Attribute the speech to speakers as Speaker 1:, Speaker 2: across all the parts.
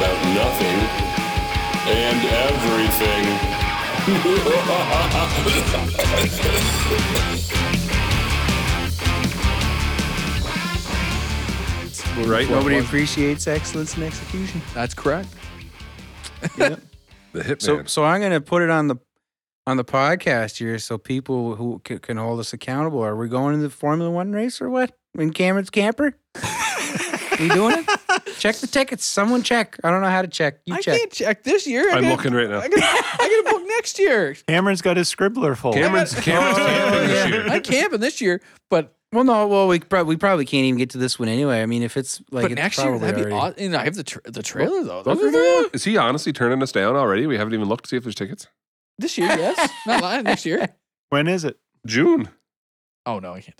Speaker 1: nothing and everything.
Speaker 2: Right?
Speaker 3: Nobody
Speaker 2: Nobody.
Speaker 3: appreciates excellence in execution.
Speaker 2: That's correct.
Speaker 4: The hitman.
Speaker 3: So, so I'm going to put it on the on the podcast here, so people who c- can hold us accountable. Are we going to the Formula One race or what? In Cameron's camper? we doing it? Check the tickets. Someone check. I don't know how to check. You
Speaker 2: I
Speaker 3: check.
Speaker 2: can't check this year. I
Speaker 4: I'm
Speaker 2: gotta-
Speaker 4: looking right now.
Speaker 2: I got I got a book next year.
Speaker 5: Cameron's got his scribbler full.
Speaker 4: Cameron's Cameron's camping this year.
Speaker 2: I'm camping this year, but
Speaker 3: Well, no. Well, we probably we probably can't even get to this one anyway. I mean, if it's like
Speaker 2: but
Speaker 3: it's
Speaker 2: next year
Speaker 3: probably
Speaker 2: that'd be
Speaker 3: already-
Speaker 2: awesome. And I have the tra- the trailer though. Those
Speaker 4: Look
Speaker 2: are
Speaker 4: at
Speaker 2: the-
Speaker 4: that. Is he honestly turning us down already? We haven't even looked to see if there's tickets.
Speaker 2: This year, yes. Not lying. Next year.
Speaker 5: When is it?
Speaker 4: June.
Speaker 2: Oh no, I can't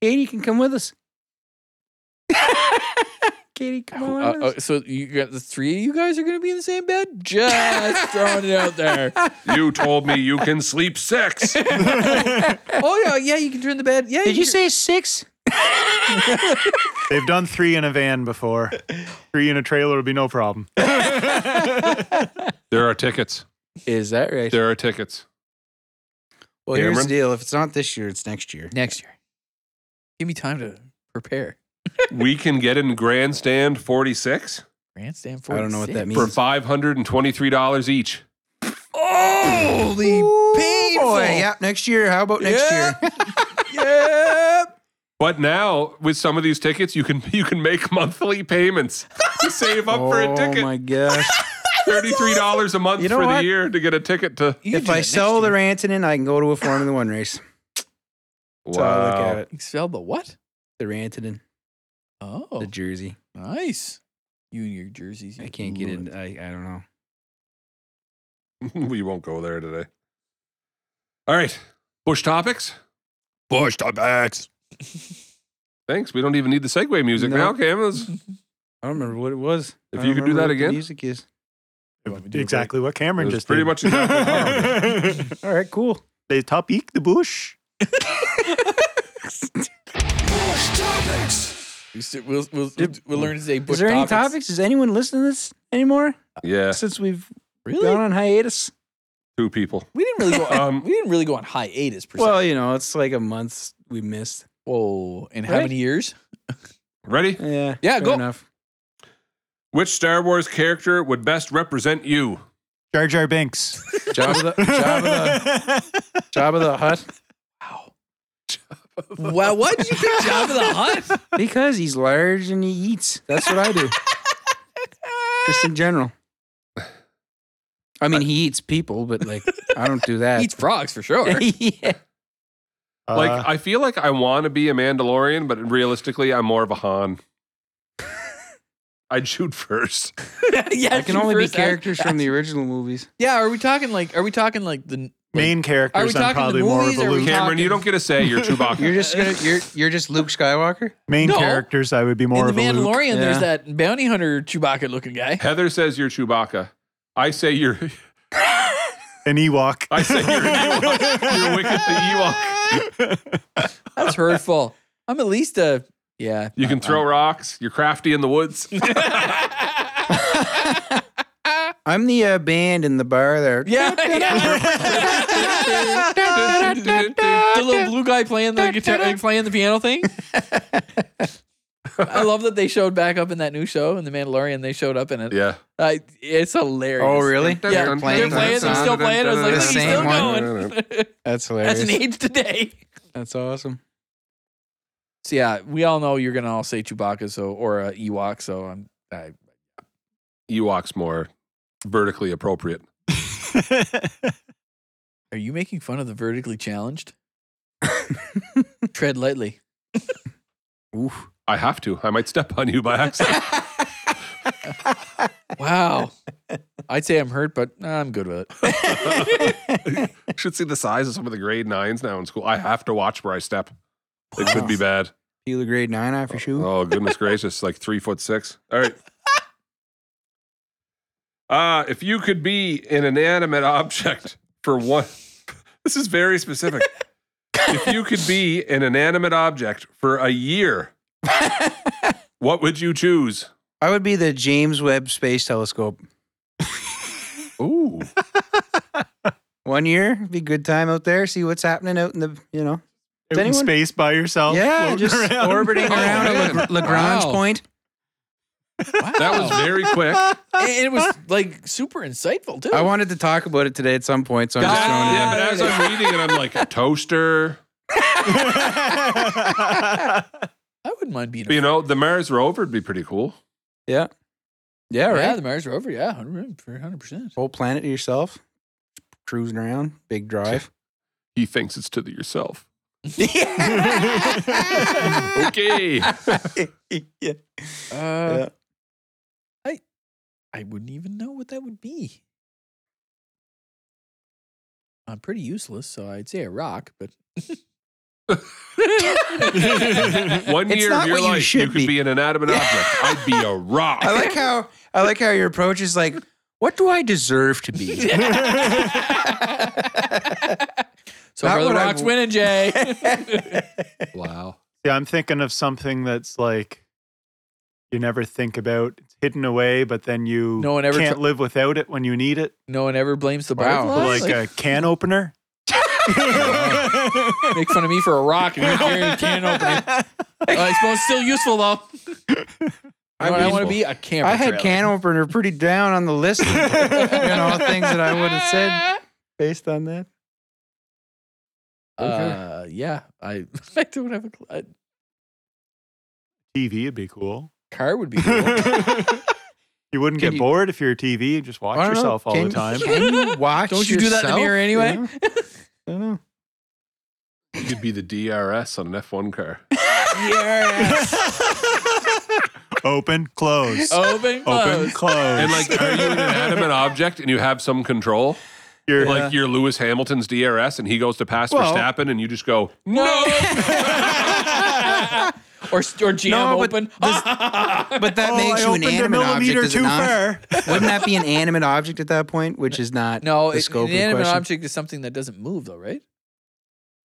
Speaker 2: it.
Speaker 3: Katie can come with us. Katie, come on.
Speaker 2: Uh,
Speaker 3: with
Speaker 2: uh,
Speaker 3: us.
Speaker 2: so you got the three of you guys are gonna be in the same bed? Just throwing it out there.
Speaker 4: You told me you can sleep six.
Speaker 2: Oh yeah, yeah, you can turn the bed. Yeah,
Speaker 3: Did you
Speaker 2: can-
Speaker 3: say six?
Speaker 5: They've done three in a van before. Three in a trailer would be no problem.
Speaker 4: There are tickets.
Speaker 3: Is that right?
Speaker 4: There are tickets.
Speaker 3: Well, here's
Speaker 4: Cameron?
Speaker 3: the deal. If it's not this year, it's next year.
Speaker 2: next year? Give me time to prepare.
Speaker 4: We can get in grandstand 46
Speaker 2: Grandstand
Speaker 3: I don't know what that
Speaker 2: 46.
Speaker 4: for
Speaker 3: means.
Speaker 4: $523 each.
Speaker 2: Holy painful.
Speaker 3: Boy, yeah. Next year. How about next
Speaker 2: Yeah.
Speaker 3: year?
Speaker 2: Yep.
Speaker 4: But now with some of these tickets, you can you can make monthly payments to save up for a
Speaker 3: Oh
Speaker 4: ticket.
Speaker 3: my gosh!
Speaker 4: $33 a month
Speaker 3: You know
Speaker 4: for
Speaker 3: what?
Speaker 4: the year to get a ticket to
Speaker 2: You can
Speaker 3: if
Speaker 2: do that
Speaker 3: I
Speaker 2: next
Speaker 3: sell the
Speaker 2: year.
Speaker 3: Rantanen, I can go to a Formula One race. That's how I look at it.
Speaker 2: You sell the what?
Speaker 3: The Rantanen,
Speaker 2: Oh,
Speaker 3: the jersey.
Speaker 2: nice. You and your jerseys.
Speaker 3: I
Speaker 2: you
Speaker 3: can't get
Speaker 2: love
Speaker 3: in.
Speaker 2: it.
Speaker 3: I, I don't know.
Speaker 4: we won't go there today. All right. Bush topics.
Speaker 2: Bush topics.
Speaker 4: Thanks. We don't even need the segue music
Speaker 3: No.
Speaker 4: now, Cam. That's-
Speaker 3: I don't remember what it was.
Speaker 4: If
Speaker 3: I don't
Speaker 4: you could do that
Speaker 3: remember what the
Speaker 4: again?
Speaker 3: music is.
Speaker 5: Exactly what Cameron
Speaker 4: That's
Speaker 5: just
Speaker 4: pretty
Speaker 5: did.
Speaker 4: much exactly what
Speaker 3: All right, cool.
Speaker 5: they top eek the bush.
Speaker 2: We'll, we'll, we'll, we'll learn to say Bush
Speaker 3: is there
Speaker 2: topics.
Speaker 3: any topics? Is anyone listening to this anymore
Speaker 4: Yeah.
Speaker 3: since we've
Speaker 2: Really?
Speaker 3: gone on hiatus?
Speaker 4: Two people.
Speaker 2: We didn't really go.
Speaker 4: Um,
Speaker 2: we didn't really go on hiatus. Per se.
Speaker 3: Well, you know, it's like a month we missed.
Speaker 2: whoa! In how
Speaker 3: Right?
Speaker 2: many years?
Speaker 4: Ready?
Speaker 3: Yeah.
Speaker 2: Yeah,
Speaker 3: fair
Speaker 2: go.
Speaker 3: Enough.
Speaker 4: Which Star Wars character would best represent you?
Speaker 5: Jar Jar Binks.
Speaker 3: Job of the job of the job of the hut
Speaker 2: Wow. Wow, why did you pick Jabba the Hutt?
Speaker 3: because he's large and he eats. That's what I do. Just in general. I mean, he eats people, but like I don't do that.
Speaker 2: Eats frogs for sure.
Speaker 3: yeah.
Speaker 4: Like,
Speaker 5: Uh,
Speaker 4: I feel like I want to be a Mandalorian, but realistically, I'm more of a Han. I'd shoot first.
Speaker 2: yeah,
Speaker 3: I can only be
Speaker 2: first act-
Speaker 3: characters from the original movies.
Speaker 2: Yeah, are we talking like? Are we talking like the?
Speaker 5: main
Speaker 2: Are we
Speaker 5: characters,
Speaker 2: talking
Speaker 5: I'm
Speaker 2: the
Speaker 5: probably more of
Speaker 2: movies or
Speaker 5: a
Speaker 2: are we
Speaker 5: Luke.
Speaker 2: talking-
Speaker 4: Cameron, you don't get a say. You're Chewbacca.
Speaker 3: You're just gonna you're you're just Luke Skywalker.
Speaker 5: main
Speaker 2: No.
Speaker 5: characters, I would be more
Speaker 2: in
Speaker 5: of
Speaker 2: the
Speaker 5: a Luke.
Speaker 2: Mandalorian, there's
Speaker 3: Yeah.
Speaker 2: that bounty hunter Chewbacca looking guy.
Speaker 4: Heather says you're Chewbacca. I say you're.
Speaker 5: An Ewok.
Speaker 4: I say you're. an Ewok. You're Wicket the Ewok.
Speaker 2: That's hurtful. I'm at least a yeah.
Speaker 4: You can throw rocks. You're crafty in the woods.
Speaker 3: I'm the uh, band in the bar there.
Speaker 2: Yeah, yeah. the little blue guy playing the guitar, uh, playing the piano thing. I love that they showed back up in that new show in the Mandalorian. They showed up in it.
Speaker 4: yeah.
Speaker 2: I, it's hilarious.
Speaker 3: Oh, really?
Speaker 2: Yeah, they're
Speaker 3: Dun,
Speaker 2: playing.
Speaker 3: dun, dun,
Speaker 2: They're
Speaker 3: dun,
Speaker 2: still
Speaker 3: dun,
Speaker 2: playing. I was like,
Speaker 3: The
Speaker 2: look, he's still
Speaker 3: same one?
Speaker 2: going.
Speaker 3: That's hilarious.
Speaker 2: That's an age today.
Speaker 3: That's awesome.
Speaker 2: So yeah, we all know you're gonna all say Chewbacca, so or uh, Ewok. So I'm. I,
Speaker 4: Ewok's more vertically appropriate.
Speaker 2: Are you making fun of the vertically challenged? Tread lightly.
Speaker 3: Oof.
Speaker 4: I have to. I might step on you by accident.
Speaker 2: Wow. I'd say I'm hurt, but nah, I'm good with it.
Speaker 4: Should see the size of some of the grade nines now in school. I have to watch where I step. It could be bad.
Speaker 3: Peel the grade nine eye for sure.
Speaker 4: Oh goodness gracious! Like three foot six. All right. Uh, if you could be an inanimate object for one, this is very specific. if you could be an inanimate object for a year, What would you choose?
Speaker 3: I would be the James Webb Space Telescope.
Speaker 4: Ooh.
Speaker 3: One year, be good time out there. See what's happening out in the, you know,
Speaker 5: Out in
Speaker 3: anyone-
Speaker 5: space by yourself.
Speaker 3: yeah,
Speaker 5: Oh, floating
Speaker 3: just
Speaker 5: around.
Speaker 3: orbiting
Speaker 2: Oh,
Speaker 3: around at
Speaker 2: man.
Speaker 3: Lag- Lagrange
Speaker 2: Wow.
Speaker 3: Point.
Speaker 4: That was very quick. Yeah,
Speaker 2: And it was like super insightful too.
Speaker 3: I wanted to talk about it today at some point, so I'm just throwing it. in.
Speaker 2: Ah.
Speaker 4: but as I'm reading it, I'm like, a toaster.
Speaker 2: I wouldn't mind being.
Speaker 4: You know, the Mars rover would be pretty cool.
Speaker 3: Yeah, yeah,
Speaker 2: yeah,
Speaker 3: right.
Speaker 2: the Mars rover. Yeah, hundred percent.
Speaker 3: Whole planet to yourself, cruising around, big drive.
Speaker 4: He thinks it's to the yourself.
Speaker 2: Yeah.
Speaker 4: Okay.
Speaker 3: yeah.
Speaker 2: Uh, I I wouldn't even know what that would be. I'm pretty useless, so I'd say a rock, but
Speaker 4: One
Speaker 3: It's
Speaker 4: year
Speaker 3: not
Speaker 4: of your
Speaker 3: what you
Speaker 4: life, you
Speaker 3: should
Speaker 4: could
Speaker 3: be.
Speaker 4: be. an inanimate object. I'd be a rock.
Speaker 3: I like how I like how your approach is like, what do I deserve to be?
Speaker 2: so
Speaker 3: Not
Speaker 2: for the
Speaker 3: what I
Speaker 2: rocks
Speaker 3: w-
Speaker 2: winning, Jay.
Speaker 4: wow.
Speaker 5: Yeah, I'm thinking of something that's like you never think about. It's hidden away, but then you
Speaker 2: No one ever
Speaker 5: can't
Speaker 2: tr-
Speaker 5: live without it when you need it.
Speaker 2: no one ever blames the
Speaker 3: Wow.
Speaker 2: butterfly.
Speaker 5: Like a can opener.
Speaker 3: uh,
Speaker 2: make fun of me for a rock and you carry a can opener. Uh, I suppose it's still useful though. You know what I want to be a camper.
Speaker 3: I had
Speaker 2: trailer.
Speaker 3: can opener pretty down on the list. Of, you know things that I would have said based on that.
Speaker 2: Uh, yeah, I I don't have a, cl- a
Speaker 5: TV would be cool.
Speaker 2: car. Would be cool.
Speaker 5: You wouldn't
Speaker 3: Can
Speaker 5: get
Speaker 3: you-
Speaker 5: bored if you're a TV. You just watch
Speaker 3: I don't know,
Speaker 5: yourself all
Speaker 3: can-
Speaker 5: the time.
Speaker 3: Can you watch?
Speaker 2: Don't you do that in the
Speaker 3: yourself?
Speaker 2: mirror anyway?
Speaker 3: Yeah. I don't know.
Speaker 4: You could be the DRS on an F1 car.
Speaker 5: Open, close.
Speaker 3: Oh,
Speaker 2: Open,
Speaker 5: Open,
Speaker 2: close.
Speaker 5: close.
Speaker 4: And like, are you an inanimate object and you have some control?
Speaker 5: You're-
Speaker 4: Like you're Lewis Hamilton's DRS and he goes to pass
Speaker 5: Well-
Speaker 4: Verstappen and you just go, "Mm,
Speaker 2: No. or or GM
Speaker 3: No, but
Speaker 2: open.
Speaker 3: But that
Speaker 5: Oh,
Speaker 3: makes you an
Speaker 5: I opened a
Speaker 3: animate
Speaker 5: millimeter
Speaker 3: object, is it
Speaker 5: too
Speaker 3: not?
Speaker 5: far.
Speaker 3: Wouldn't that be an animate object at that point? Which is not
Speaker 2: no,
Speaker 3: the
Speaker 2: it,
Speaker 3: scope
Speaker 2: an
Speaker 3: of the
Speaker 2: inanimate
Speaker 3: question.
Speaker 2: object is something that doesn't move, though, right?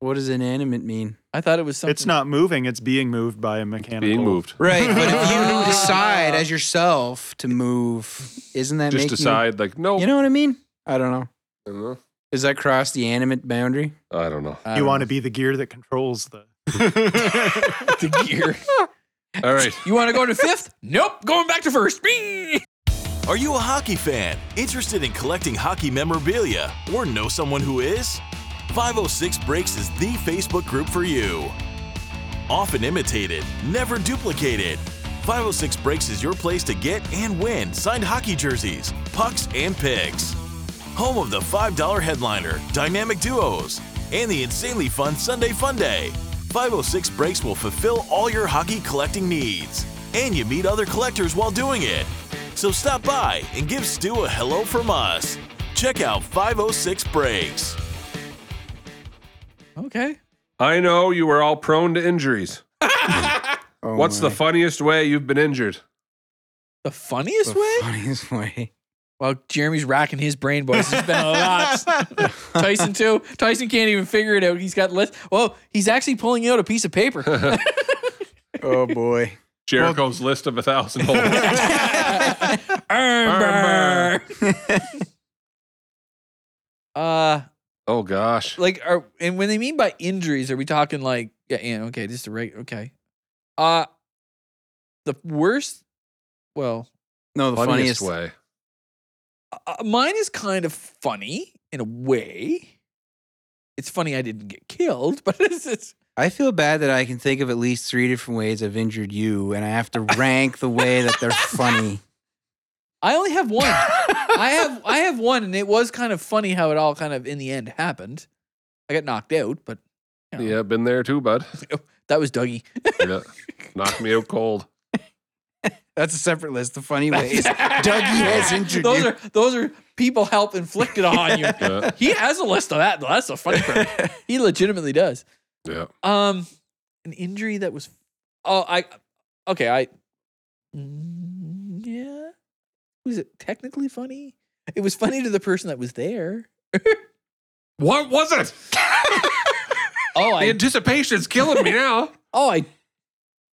Speaker 3: What does inanimate mean?
Speaker 2: I thought it was something.
Speaker 5: It's not moving. It's being moved by a mechanical.
Speaker 4: being moved.
Speaker 3: Right, but if
Speaker 2: Ah.
Speaker 3: you decide as yourself to move, isn't that
Speaker 4: Just
Speaker 3: making you-
Speaker 4: decide, like, no.
Speaker 3: You know what I mean? I don't know.
Speaker 4: I don't know.
Speaker 3: Does that cross the animate boundary?
Speaker 4: I don't know.
Speaker 5: You want to be the gear that controls the.
Speaker 2: to the gear.
Speaker 4: All right.
Speaker 2: You want to go to fifth? Nope, going back to first. Bing!
Speaker 6: Are you a hockey fan? Interested in collecting hockey memorabilia? Or know someone who is? 506 Breaks is the Facebook group for you. Often imitated, never duplicated. 506 Breaks is your place to get and win signed hockey jerseys, pucks, and picks. Home of the $5 headliner, dynamic duos, and the insanely fun Sunday Fun Day. 506 Breaks will fulfill all your hockey collecting needs, and you meet other collectors while doing it. So stop by and give Stu a hello from us. Check out 506 Breaks.
Speaker 2: Okay.
Speaker 4: I know you are all prone to injuries.
Speaker 3: Oh
Speaker 4: What's the
Speaker 3: my.
Speaker 4: funniest way you've been injured?
Speaker 2: The funniest
Speaker 3: The
Speaker 2: way?
Speaker 3: funniest way?
Speaker 2: Well, Jeremy's racking his brain, boys. There's been a lot. Tyson too. Tyson can't even figure it out. He's got less. Well, he's actually pulling out a piece of paper.
Speaker 3: Oh boy.
Speaker 4: Jericho's list of a thousand holes.
Speaker 2: Armbar. uh,
Speaker 4: oh gosh.
Speaker 2: like are and when they mean by injuries, are we talking like yeah, yeah okay, just the right okay. Uh the worst well,
Speaker 3: No, the funniest,
Speaker 4: way.
Speaker 2: uh, mine is kind of funny in a way. It's funny I didn't get killed, but it's, it's
Speaker 3: I feel bad that I can think of at least three different ways I've injured you, and I have to rank the way that they're funny.
Speaker 2: I only have one. I have I have one and it was kind of funny how it all kind of in the end happened. I got knocked out, but you know,
Speaker 4: Yeah, been there too, bud.
Speaker 2: that was Dougie.
Speaker 4: Yeah. Knocked me out cold.
Speaker 3: That's a separate list. The funny ways Dougie has injured
Speaker 2: those
Speaker 3: you.
Speaker 2: are those are people help inflicted on you.
Speaker 4: Yeah.
Speaker 2: he has a list of that though. That's a funny part. he legitimately does.
Speaker 4: Yeah.
Speaker 2: Um, an injury that was. Oh, I. Okay, I. Mm, Yeah. Was it technically funny? It was funny to the person that was there.
Speaker 4: What was it?
Speaker 2: Oh, I.
Speaker 4: anticipation's killing me now.
Speaker 2: Oh, I.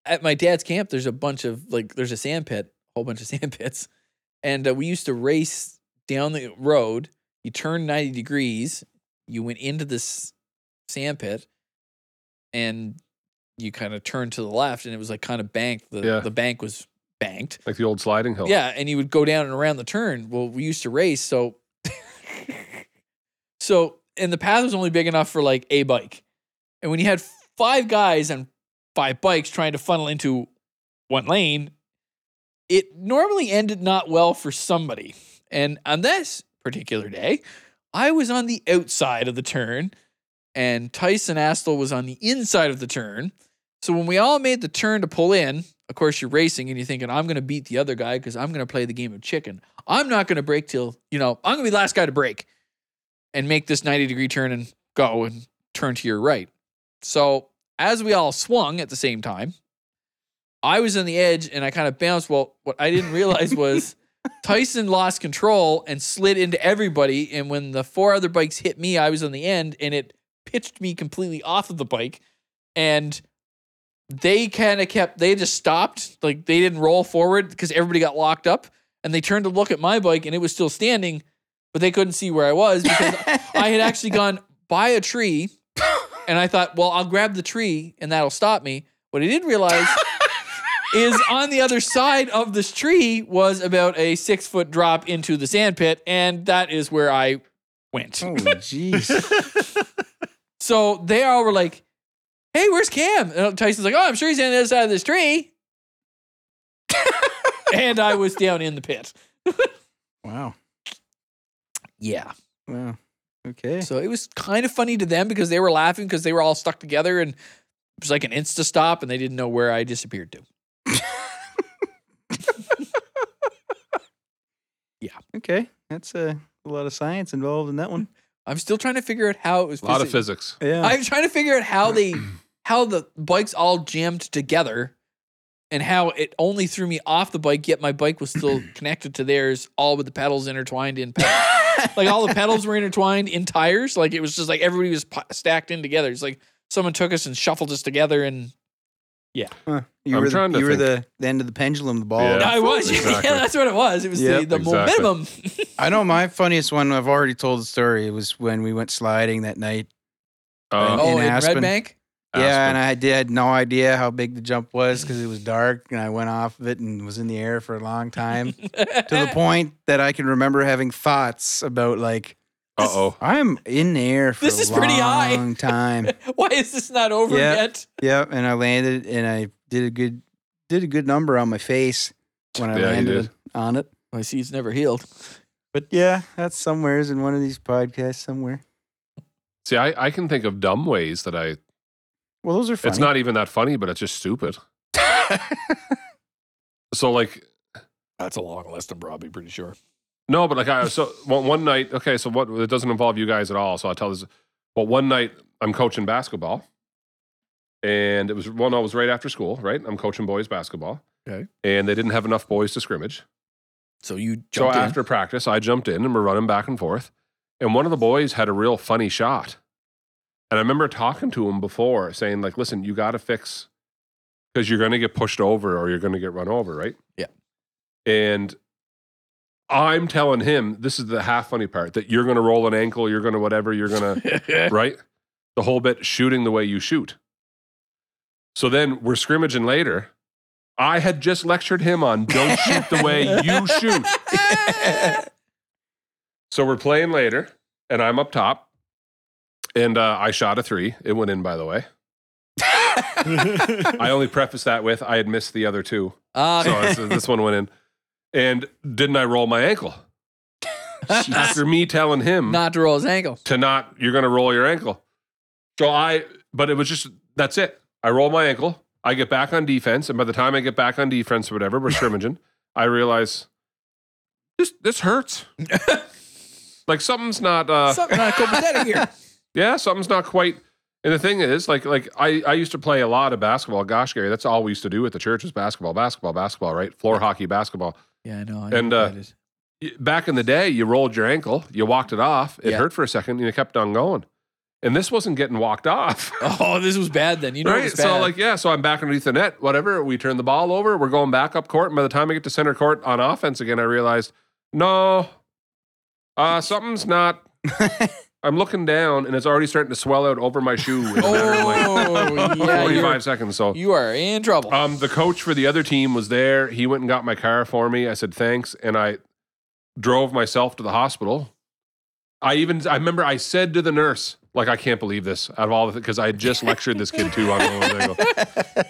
Speaker 2: at my dad's camp, there's a bunch of like there's a sand pit, a whole bunch of sand pits, and uh, we used to race down the road. You turned ninety degrees, you went into this sand pit, and you kind of turned to the left, and it was like kind of banked. The
Speaker 4: Yeah.
Speaker 2: the bank was banked.
Speaker 4: like the old sliding hill.
Speaker 2: Yeah, and you would go down and around the turn. Well, we used to race, so so and the path was only big enough for like a bike. And when you had five guys and five bikes trying to funnel into one lane, it normally ended not well for somebody. And on this particular day, I was on the outside of the turn and Tyson Astle was on the inside of the turn. So when we all made the turn to pull in, of course you're racing and you're thinking, I'm gonna beat the other guy because I'm gonna play the game of chicken. I'm not gonna break till, you know, I'm gonna be the last guy to break and make this 90 degree turn and go and turn to your right. So as we all swung at the same time, I was on the edge and I kind of bounced. Well, what I didn't realize was Tyson lost control and slid into everybody. And when the four other bikes hit me, I was on the end and it pitched me completely off of the bike. And they kind of kept, they just stopped. Like they didn't roll forward because everybody got locked up. And they turned to look at my bike and it was still standing, but they couldn't see where I was because I had actually gone by a tree. And I thought, well, I'll grab the tree and that'll stop me. What I didn't realize is on the other side of this tree was about a six foot drop into the sand pit, and that is where I went.
Speaker 3: Oh, jeez.
Speaker 2: So they all were like, "Hey, where's Cam?" And Tyson's like, "Oh, I'm sure he's on the other side of this tree." and I was down in the pit.
Speaker 3: wow.
Speaker 2: Yeah.
Speaker 3: Wow. Okay.
Speaker 2: So it was kind of funny to them because they were laughing because they were all stuck together and it was like an insta stop and they didn't know where I disappeared to.
Speaker 3: Okay. That's uh, a lot of science involved in that one.
Speaker 2: I'm still trying to figure out how it was.
Speaker 4: A lot of
Speaker 2: physi-
Speaker 4: physics.
Speaker 3: Yeah.
Speaker 2: I'm trying to figure out how they how the bikes all jammed together and how it only threw me off the bike yet my bike was still connected to theirs all with the pedals intertwined in pedals. like all the pedals were intertwined in tires like it was just like everybody was p- stacked in together it's like someone took us and shuffled us together and
Speaker 3: Huh. You
Speaker 4: I'm
Speaker 3: were,
Speaker 4: trying to
Speaker 3: the, you were
Speaker 4: think.
Speaker 3: the, the end of the pendulum, the ball.
Speaker 4: Yeah.
Speaker 2: i was
Speaker 4: exactly.
Speaker 2: yeah that's what it was it was
Speaker 3: Yep,
Speaker 2: the, the
Speaker 4: exactly.
Speaker 2: momentum
Speaker 3: I know my funniest one. I've already told the story. It was when we went sliding that night.
Speaker 4: Uh,
Speaker 2: oh in,
Speaker 3: Aspen.
Speaker 2: red bank
Speaker 3: Yeah,
Speaker 4: Aspen.
Speaker 3: and I did had no idea how big the jump was because it was dark, and I went off of it and was in the air for a long time to the point that I can remember having thoughts about like
Speaker 4: Uh oh.
Speaker 3: I'm in the air for
Speaker 2: This
Speaker 3: a
Speaker 2: is pretty high.
Speaker 3: long time.
Speaker 2: why is this not over
Speaker 3: Yeah.
Speaker 2: yet
Speaker 3: Yep, and I landed and I did a good did a good number on my face when I
Speaker 4: Yeah, you
Speaker 3: landed
Speaker 4: did.
Speaker 3: on it.
Speaker 2: i see it's never healed
Speaker 3: But yeah, that's somewheres in one of these podcasts somewhere.
Speaker 4: See, I, I can think of dumb ways that I.
Speaker 3: Well, those are funny.
Speaker 4: It's not even that funny, but it's just stupid. so like
Speaker 2: that's a long list i'm probably pretty sure
Speaker 4: No, but like I so one, one night. Okay, so what? It doesn't involve you guys at all. So I tell this. Well, one night I'm coaching basketball, and it was well, no, it was right after school. Right, I'm coaching boys basketball.
Speaker 2: Okay.
Speaker 4: and they didn't have enough boys to scrimmage.
Speaker 2: so you
Speaker 4: So
Speaker 2: jumped in.
Speaker 4: after practice, I jumped in and we're running back and forth, and one of the boys had a real funny shot, and I remember talking to him before, saying like, "Listen, you got to fix because you're going to get pushed over or you're going to get run over, right?"
Speaker 2: Yeah.
Speaker 4: And I'm telling him this is the half funny part that you're going to roll an ankle, you're going to whatever, you're going to right the whole bit shooting the way you shoot. So then we're scrimmaging later. I had just lectured him on don't shoot the way you shoot. So we're playing later, and I'm up top, and uh, I shot a three. It went in, by the way. I only preface that with I had missed the other two,
Speaker 2: Ah,
Speaker 4: so this, this one went in. And didn't I roll my ankle? After me telling him
Speaker 2: not to roll his ankle.
Speaker 4: to not, you're going to roll your ankle. So I, but it was just that's it. I roll my ankle. I get back on defense, and by the time I get back on defense or whatever, we're scrimmaging. I realize this this hurts. like something's not. Uh,
Speaker 2: Something not copacetic here.
Speaker 4: yeah, something's not quite. And the thing is, like, like I, I used to play a lot of basketball. Gosh, Gary, that's all we used to do at the church was basketball, basketball, basketball, right? Floor hockey, basketball.
Speaker 2: Yeah, I know. I
Speaker 4: And,
Speaker 2: know
Speaker 4: uh,
Speaker 2: that is.
Speaker 4: Y- Back in the day, you rolled your ankle, you walked it off, it
Speaker 2: Yeah.
Speaker 4: hurt for a second, and you kept on going. And this wasn't getting walked off.
Speaker 2: Oh, this was bad then. You know, it
Speaker 4: right?
Speaker 2: was
Speaker 4: So
Speaker 2: bad.
Speaker 4: like, yeah, so I'm back underneath the net, whatever. We turn the ball over, we're going back up court. And by the time I get to center court on offense again, I realized, no, uh, something's not. I'm looking down and it's already starting to swell out over my shoe in a matter of like
Speaker 2: oh, yeah,
Speaker 4: 45
Speaker 2: you're-
Speaker 4: seconds. So
Speaker 2: you are in trouble.
Speaker 4: um, the coach for the other team was there. He went and got my car for me. I said thanks, and I drove myself to the hospital. I even I remember I said to the nurse, like I can't believe this out of all the because I had just lectured this kid too on Owen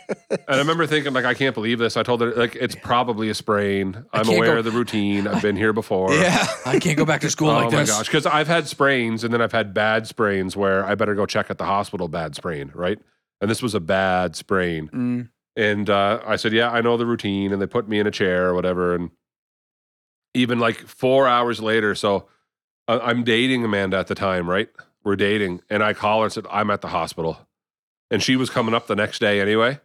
Speaker 4: And I remember thinking like I can't believe this. I told her like it's probably a sprain. I'm
Speaker 2: can't
Speaker 4: aware
Speaker 2: go-
Speaker 4: of the routine. I've been here before.
Speaker 2: yeah, I can't go back to school
Speaker 4: oh
Speaker 2: like
Speaker 4: my
Speaker 2: this.
Speaker 4: gosh, because I've had sprains and then I've had bad sprains where I better go check at the hospital. Bad sprain, right? And this was a bad sprain.
Speaker 3: Mm.
Speaker 4: And uh, I said, Yeah, I know the routine. And they put me in a chair or whatever. And even like four hours later, so I- I'm dating Amanda at the time, right? We're dating. And I call her and said, I'm at the hospital. And she was coming up the next day anyway.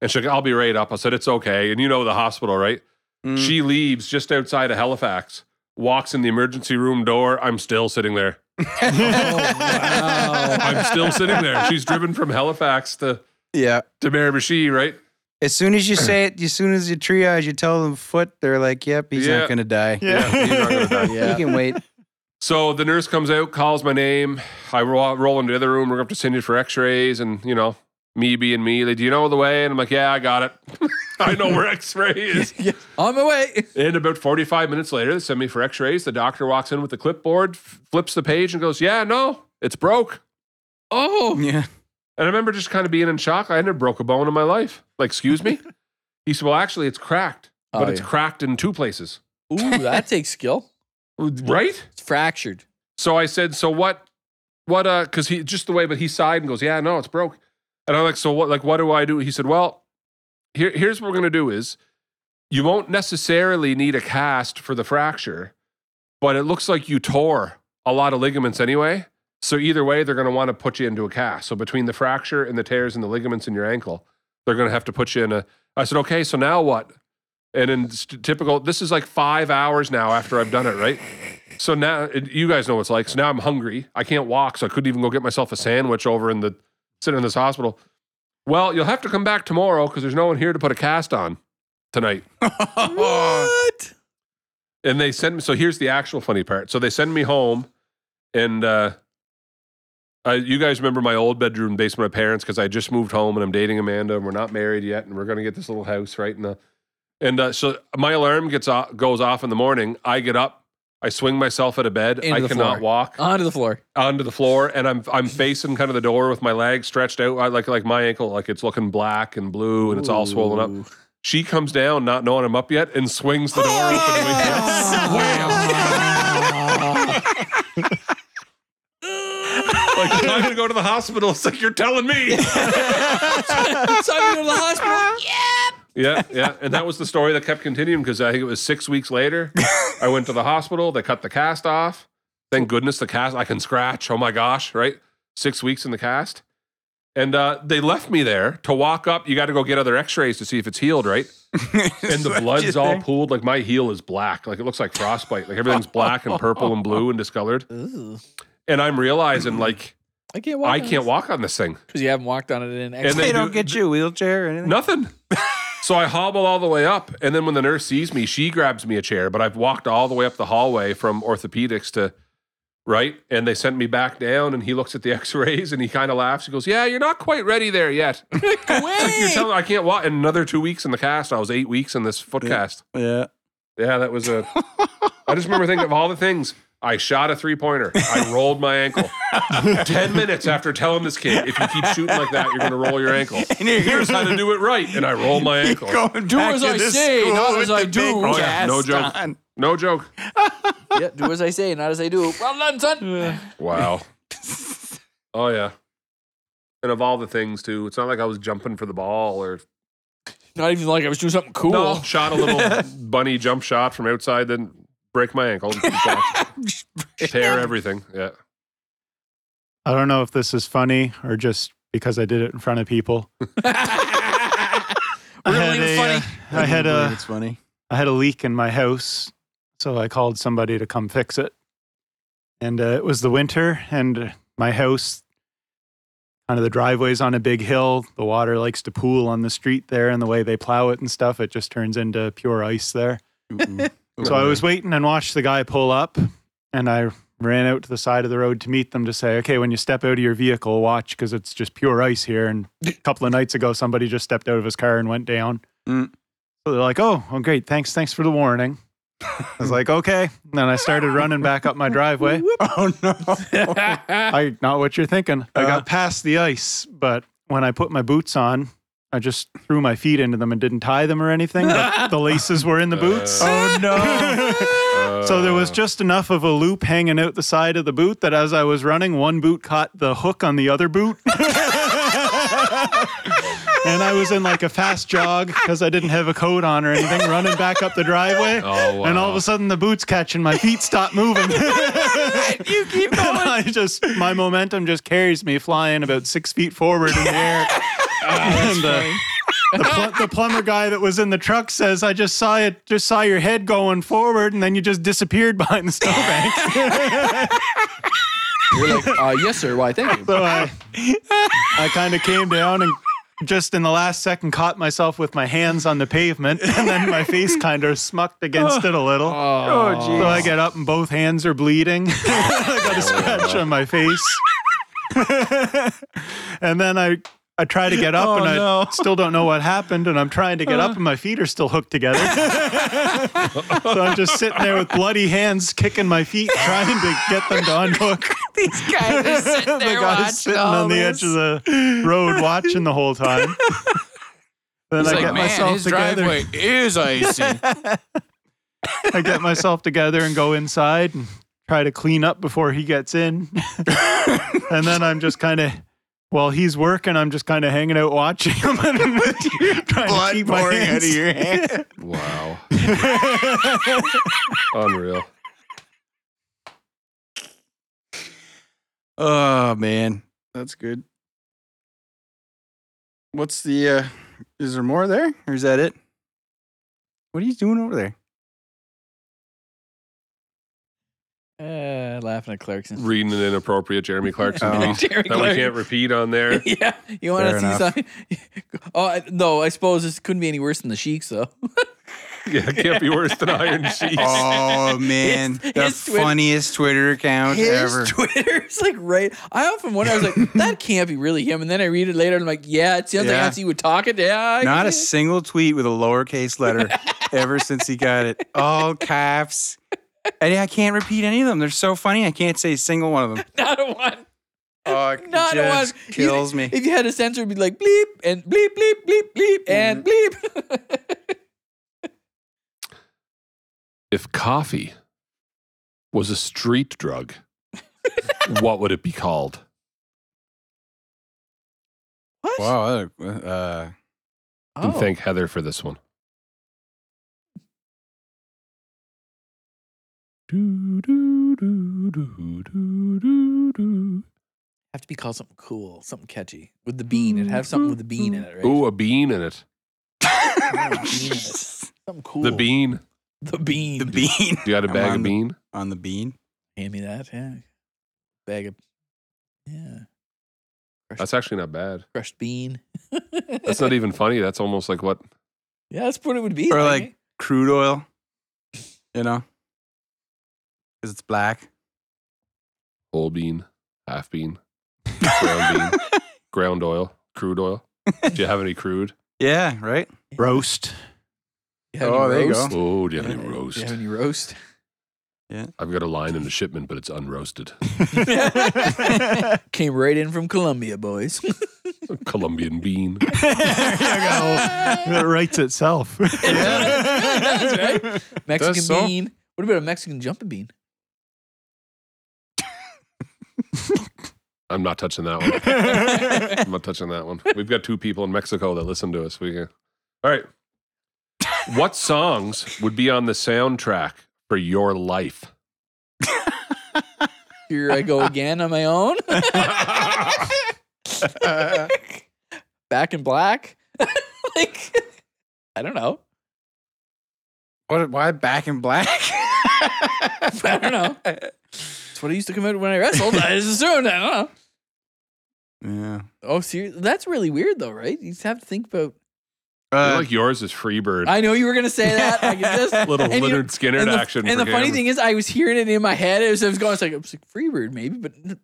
Speaker 4: And she's like, I'll be right up. I said, It's okay. And you know the hospital, right?
Speaker 3: Mm.
Speaker 4: She leaves just outside of Halifax, walks in the emergency room door. I'm still sitting there. Oh, I'm still sitting there. She's driven from Halifax to,
Speaker 3: yeah.
Speaker 4: to Miramichi, right?
Speaker 3: As soon as you say it, as soon as you triage, you tell them foot, they're like, yep, he's
Speaker 4: Yeah.
Speaker 3: not going to die.
Speaker 4: Yeah, he's not gonna die.
Speaker 3: He can wait.
Speaker 4: So the nurse comes out, calls my name. I roll, roll into the other room. We're up to send you for X-rays, and you know, me being me, like, do you know the way? And I'm like, yeah, I got it. I know where X-ray is.
Speaker 2: On my way.
Speaker 4: and about 45 minutes later, they send me for X-rays. The doctor walks in with the clipboard, f- flips the page, and goes, yeah, no, it's broke.
Speaker 2: Oh,
Speaker 3: Yeah.
Speaker 4: And I remember just kind of being in shock. I ended up broke a bone in my life. Like, excuse me? he said, well, actually, it's cracked, but
Speaker 2: Oh,
Speaker 4: it's
Speaker 2: yeah.
Speaker 4: cracked in two places,
Speaker 2: ooh, that takes skill.
Speaker 4: right?
Speaker 2: It's fractured.
Speaker 4: So I said, so what, what, uh, cause he just the way, but he sighed and goes, yeah, no, it's broke. And I'm like, so what, like, what do I do? He said, well, here, here's what we're going to do is you won't necessarily need a cast for the fracture, but it looks like you tore a lot of ligaments anyway. So either way, they're going to want to put you into a cast. So between the fracture and the tears and the ligaments in your ankle, they're going to have to put you in a, I said, okay, so now what? And in st- typical, this is like five hours now after I've done it, right? So now it- you guys know what it's like. So now I'm hungry. I can't walk, so I couldn't even go get myself a sandwich over in the sitting in this hospital. Well, you'll have to come back tomorrow because there's no one here to put a cast on tonight.
Speaker 2: What?
Speaker 4: And they sent me. So here's the actual funny part. So they send me home, and uh, I, you guys remember my old bedroom basement of my parents because I just moved home and I'm dating Amanda and we're not married yet and we're gonna get this little house right in the. And uh, so my alarm gets off, goes off in the morning. I get up. I swing myself out of bed.
Speaker 2: Into
Speaker 4: I
Speaker 2: the
Speaker 4: cannot
Speaker 2: floor.
Speaker 4: walk
Speaker 2: Onto the floor.
Speaker 4: onto the floor and I'm I'm facing kind of the door with my leg stretched out I- like like my ankle like it's looking black and blue and it's all swollen up. She comes down not knowing I'm up yet and swings the door open to me. Like I'm gonna go to the hospital. It's like you're telling me.
Speaker 2: It's time to go to the hospital.
Speaker 4: yeah, yeah. And that was the story that kept continuing because I think it was six weeks later. I went to the hospital. They cut the cast off. Thank goodness the cast I can scratch. Oh my gosh, right? Six weeks in the cast. And uh, they left me there to walk up. You got to go get other X-rays to see if it's healed, right? and the blood's all pooled. Like my heel is black. Like it looks like frostbite. Like everything's black and purple and blue and discolored.
Speaker 2: Ooh.
Speaker 4: And I'm realizing like
Speaker 2: I can't walk.
Speaker 4: I can't walk on this thing.
Speaker 2: because you haven't walked on it in X.
Speaker 4: And
Speaker 3: They
Speaker 4: they
Speaker 3: don't
Speaker 4: do-
Speaker 3: get you a wheelchair or anything.
Speaker 4: Nothing. so I hobble all the way up, and then when the nurse sees me, she grabs me a chair. But I've walked all the way up the hallway from orthopedics to right, and they sent me back down. And he looks at the X-rays, and he kind of laughs. He goes, "Yeah, you're not quite ready there yet. you're telling I can't walk." In another two weeks in the cast, I was eight weeks in this foot cast.
Speaker 3: Yeah.
Speaker 4: Yeah, that was a. I just remember thinking of all the things. I shot a three pointer. I rolled my ankle. Ten minutes after telling this kid, if you keep shooting like that, you're going to roll your ankle. Here's how to do it right. And I rolled my ankle.
Speaker 2: do as I say, not as I do.
Speaker 4: Oh, yeah, no joke. No joke.
Speaker 2: yeah, do as I say, not as I do. Well done, son.
Speaker 4: Wow. Oh, yeah. And of all the things, too, it's not like I was jumping for the ball or
Speaker 2: Not even like I was doing something cool.
Speaker 4: no, shot a little bunny jump shot from outside, then break my ankle, tear everything. Yeah.
Speaker 5: I don't know if this is funny or just because I did it in front of people.
Speaker 2: We're
Speaker 5: I
Speaker 2: gonna
Speaker 5: had
Speaker 2: leave
Speaker 5: a,
Speaker 2: it
Speaker 5: uh,
Speaker 2: funny.
Speaker 5: I had a
Speaker 3: It's funny.
Speaker 5: I had a leak in my house, so I called somebody to come fix it. And uh, it was the winter, and my house kind of the driveways on a big hill. The water likes to pool on the street there, and the way they plow it and stuff, it just turns into pure ice there. So I was waiting and watched the guy pull up, and I ran out to the side of the road to meet them to say, okay, when you step out of your vehicle, watch because it's just pure ice here. And a couple of nights ago, somebody just stepped out of his car and went down.
Speaker 3: Mm.
Speaker 5: So they're like, oh, oh, great. Thanks. Thanks for the warning. I was like, okay. And then I started running back up my driveway.
Speaker 3: Oh no!
Speaker 5: I not what you're thinking. I
Speaker 3: Uh.
Speaker 5: got past the ice, but when I put my boots on, I just threw my feet into them and didn't tie them or anything. But the laces were in the boots.
Speaker 3: oh no!
Speaker 5: So there was just enough of a loop hanging out the side of the boot that as I was running, one boot caught the hook on the other boot. and I was in like a fast jog because I didn't have a coat on or anything, running back up the driveway.
Speaker 4: Oh, wow.
Speaker 5: And all of a sudden, the boot's catching, my feet stop moving.
Speaker 2: you keep
Speaker 5: And I just, my momentum just carries me flying about six feet forward in the air. and uh, the, pl- the plumber guy that was in the truck says, "I just saw it, just saw your head going forward, and then you just disappeared behind the snowbank."
Speaker 2: We're like, uh, yes, sir. Why? Thank you.
Speaker 5: so I, I kind of came down and just in the last second caught myself with my hands on the pavement, and then my face kind of smucked against it a little.
Speaker 2: Oh,
Speaker 5: So I get up and both hands are bleeding. I
Speaker 2: Oh,
Speaker 5: got a scratch on my face. and then I I try to get
Speaker 2: Oh,
Speaker 5: up and I still don't know what happened and I'm trying to get
Speaker 2: Uh.
Speaker 5: up and my feet are still hooked together. so I'm just sitting there with bloody hands kicking my feet trying to get them to unhook.
Speaker 2: These guys are sitting
Speaker 5: the
Speaker 2: there watching
Speaker 5: guy's sitting
Speaker 2: all
Speaker 5: on the
Speaker 2: this.
Speaker 5: edge of the road watching the whole time. Then
Speaker 2: He's
Speaker 5: I
Speaker 2: like,
Speaker 5: get
Speaker 2: "Man,
Speaker 5: myself
Speaker 2: his
Speaker 5: together.
Speaker 2: driveway
Speaker 1: is icy.
Speaker 5: I get myself together and go inside and try to clean up before he gets in. and then I'm just kind of, while he's working, I'm just kind of hanging out watching him and trying to keep my
Speaker 3: pouring out
Speaker 5: hands.
Speaker 3: of your hand.
Speaker 4: wow. Oh, Unreal.
Speaker 3: Oh man, that's good. What's the? uh Is there more there, or is that it? What are you doing over there?
Speaker 2: Uh, laughing at Clarkson.
Speaker 4: Reading an inappropriate Jeremy Clarkson
Speaker 3: Oh.
Speaker 4: piece
Speaker 2: Jerry
Speaker 4: that we can't repeat on there.
Speaker 2: yeah, you want
Speaker 3: Fair
Speaker 2: to see
Speaker 3: enough.
Speaker 2: something? Oh I- no, I suppose this couldn't be any worse than the Sheiks, though.
Speaker 4: Yeah, it can't be worse than Iron Sheik.
Speaker 3: Oh man,
Speaker 2: His-
Speaker 3: the
Speaker 2: his Twitter-
Speaker 3: funniest Twitter account ever.
Speaker 2: His Twitter's like right. I often wonder. I was like, that can't be really him. And then I read it later, and I'm like, yeah, it sounds like
Speaker 3: Yeah.
Speaker 2: that's you would talk it. Yeah, I
Speaker 3: Not
Speaker 2: can
Speaker 3: a
Speaker 2: see it."
Speaker 3: single tweet with a lowercase letter ever since he got it. All caps. And I can't repeat any of them. They're so funny. I can't say a single one of them.
Speaker 2: not a one.
Speaker 3: Oh, it
Speaker 2: Not a one.
Speaker 3: just kills
Speaker 2: You-
Speaker 3: me.
Speaker 2: If you had a censor, it'd be like bleep and bleep bleep bleep bleep and
Speaker 3: Mm.
Speaker 2: bleep.
Speaker 4: If coffee was a street drug, what would it be called?
Speaker 2: what?
Speaker 3: Wow. uh, Uh,
Speaker 4: And
Speaker 2: Oh.
Speaker 4: thank Heather for this one. Do, do, do, do, do, do, do.
Speaker 2: have to be called something cool, something catchy with the bean. It'd have something with the bean in it, right?
Speaker 4: Ooh, a bean in it.
Speaker 2: Oh, bean in it. Something cool.
Speaker 4: The bean.
Speaker 2: The bean.
Speaker 3: the bean.
Speaker 4: You got a
Speaker 3: I'm
Speaker 4: bag
Speaker 3: on
Speaker 4: of
Speaker 3: the-
Speaker 4: bean?
Speaker 3: On the bean.
Speaker 2: Hand me that. Yeah. Bag of. Yeah.
Speaker 4: That's actually not bad.
Speaker 2: Crushed bean.
Speaker 4: That's not even funny. That's almost like what?
Speaker 2: Yeah, that's what it would be.
Speaker 3: Or
Speaker 2: I
Speaker 3: like-
Speaker 2: think.
Speaker 3: Crude oil. You know? Because it's black.
Speaker 4: Whole bean, half bean, ground bean, ground oil, crude oil. Do you have any crude?
Speaker 3: Yeah, right?
Speaker 5: Roast.
Speaker 2: You have any
Speaker 3: Oh, there you
Speaker 2: roast?
Speaker 3: go.
Speaker 4: Oh, do you have any
Speaker 2: Yeah,
Speaker 4: roast?
Speaker 2: You have any roast?
Speaker 4: I've got a line in the shipment, but it's unroasted.
Speaker 2: Came right in from Colombia, boys.
Speaker 4: Colombian bean.
Speaker 5: That writes itself.
Speaker 2: That's right. Mexican
Speaker 4: Does so.
Speaker 2: bean. What about a Mexican jumping bean?
Speaker 4: I'm not touching that one. I'm not touching that one. We've got two people in Mexico that listen to us. We can. All right. What songs would be on the soundtrack for your life?
Speaker 2: Here I go again on my own. Back in black. like, I don't know.
Speaker 3: What, why back in black?
Speaker 2: I don't know. That's what I used to come out when I wrestled. I just assumed. I don't know.
Speaker 3: Yeah.
Speaker 2: Oh, seriously? That's really weird, though, right? You just have to think about.
Speaker 4: I
Speaker 3: Uh,
Speaker 4: like yours is Freebird.
Speaker 2: I know you were gonna say that. I could just
Speaker 4: Little
Speaker 2: and you-
Speaker 4: Leonard Skinner
Speaker 2: and the,
Speaker 4: action.
Speaker 2: And
Speaker 4: for
Speaker 2: the funny
Speaker 4: Cameron.
Speaker 2: thing is, I was hearing it in my head. It was, I was going, I was like, I was like, Freebird, maybe, but n-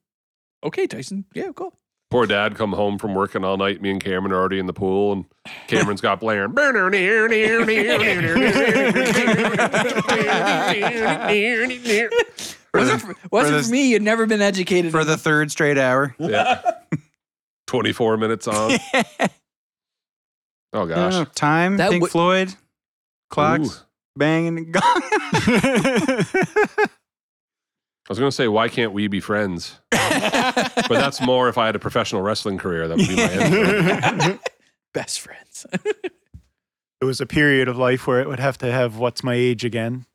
Speaker 2: okay, Tyson. Yeah, cool.
Speaker 4: Poor dad come home from working all night. Me and Cameron are already in the pool, and Cameron's got Blair. yeah.
Speaker 2: Wasn't
Speaker 3: the-
Speaker 2: for, wasn't
Speaker 3: for
Speaker 2: for,
Speaker 3: the-
Speaker 2: me. You'd never been educated.
Speaker 3: for the third straight hour.
Speaker 4: 24 minutes on. Oh,
Speaker 3: I don't
Speaker 4: gosh.
Speaker 3: know, time,
Speaker 2: That
Speaker 3: Pink
Speaker 2: would-
Speaker 3: Floyd, clocks,
Speaker 4: Ooh.
Speaker 3: banging, and gong.
Speaker 4: I was going to say, why can't we be friends? but that's more if I had a professional wrestling career. That would be my answer.
Speaker 2: best friends.
Speaker 5: It was a period of life where it would have to have what's my age again.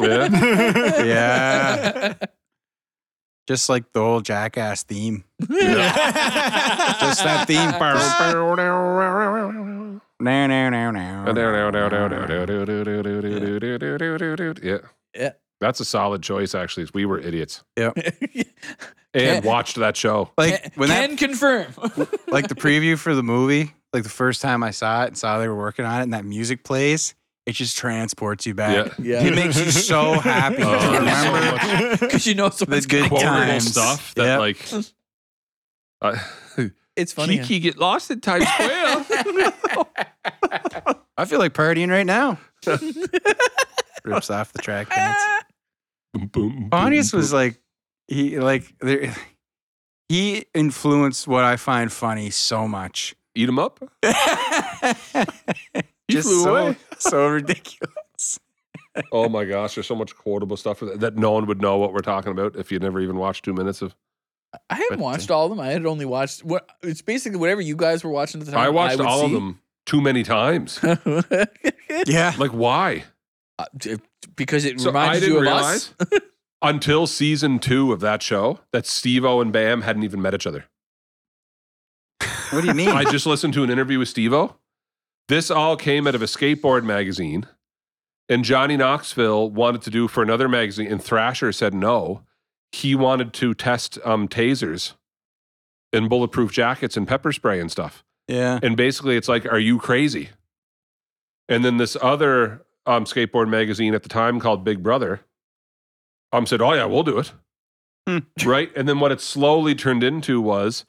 Speaker 4: Yeah.
Speaker 3: yeah. Just like the whole Jackass theme. Just that theme. Now, now, now, now.
Speaker 4: Yeah.
Speaker 2: Yeah.
Speaker 4: That's a solid choice, actually. We were idiots
Speaker 2: Yeah.
Speaker 4: and watched that show.
Speaker 2: Like,
Speaker 3: Like when
Speaker 2: Can
Speaker 3: that,
Speaker 2: confirm.
Speaker 3: like the preview for the movie, like the first time I saw it and saw they were working on it, and that music plays, it just transports you back.
Speaker 2: Yeah.
Speaker 3: It makes you so happy
Speaker 4: Oh,
Speaker 3: to
Speaker 4: so
Speaker 3: remember
Speaker 4: much
Speaker 2: Because you know
Speaker 3: the
Speaker 2: someone's
Speaker 3: good
Speaker 2: gonna-
Speaker 4: quotable
Speaker 3: times.
Speaker 4: stuff that
Speaker 3: Yep.
Speaker 4: like uh,
Speaker 2: It's funny. huh?
Speaker 4: get lost in Times Square.
Speaker 3: I feel like partying right now. Rips off the track pants.
Speaker 4: boom, boom,
Speaker 3: Pontius
Speaker 4: boom,
Speaker 3: was like he like there, he influenced what I find funny so much.
Speaker 4: boom. eat him up.
Speaker 3: Just
Speaker 4: flew
Speaker 3: so,
Speaker 4: away.
Speaker 3: so ridiculous.
Speaker 4: Oh my gosh, there's so much quotable stuff that that no one would know what we're talking about if you'd never even watched two minutes of.
Speaker 2: I haven't
Speaker 4: But, uh,
Speaker 2: watched all of them. I had only watched what it's basically whatever you guys were watching at the time.
Speaker 4: I watched
Speaker 2: would
Speaker 4: all of
Speaker 2: see.
Speaker 4: them too many times.
Speaker 3: Yeah.
Speaker 4: Like why?
Speaker 2: Uh, d- because it
Speaker 4: So I
Speaker 2: reminded you
Speaker 4: didn't
Speaker 2: of
Speaker 4: realize
Speaker 2: us.
Speaker 4: until season two of that show that Steve O and Bam hadn't even met each other.
Speaker 3: What do you mean?
Speaker 4: I just listened to an interview with Steve O. This all came out of a skateboard magazine, and Johnny Knoxville wanted to do for another magazine, and Thrasher said no. He wanted to test um, tasers and bulletproof jackets and pepper spray and stuff.
Speaker 3: yeah.
Speaker 4: And basically, it's like, are you crazy? And then this other um, skateboard magazine at the time called Big Brother um, said, oh, yeah, we'll do it.
Speaker 3: Hmm.
Speaker 4: Right. And then what it slowly turned into was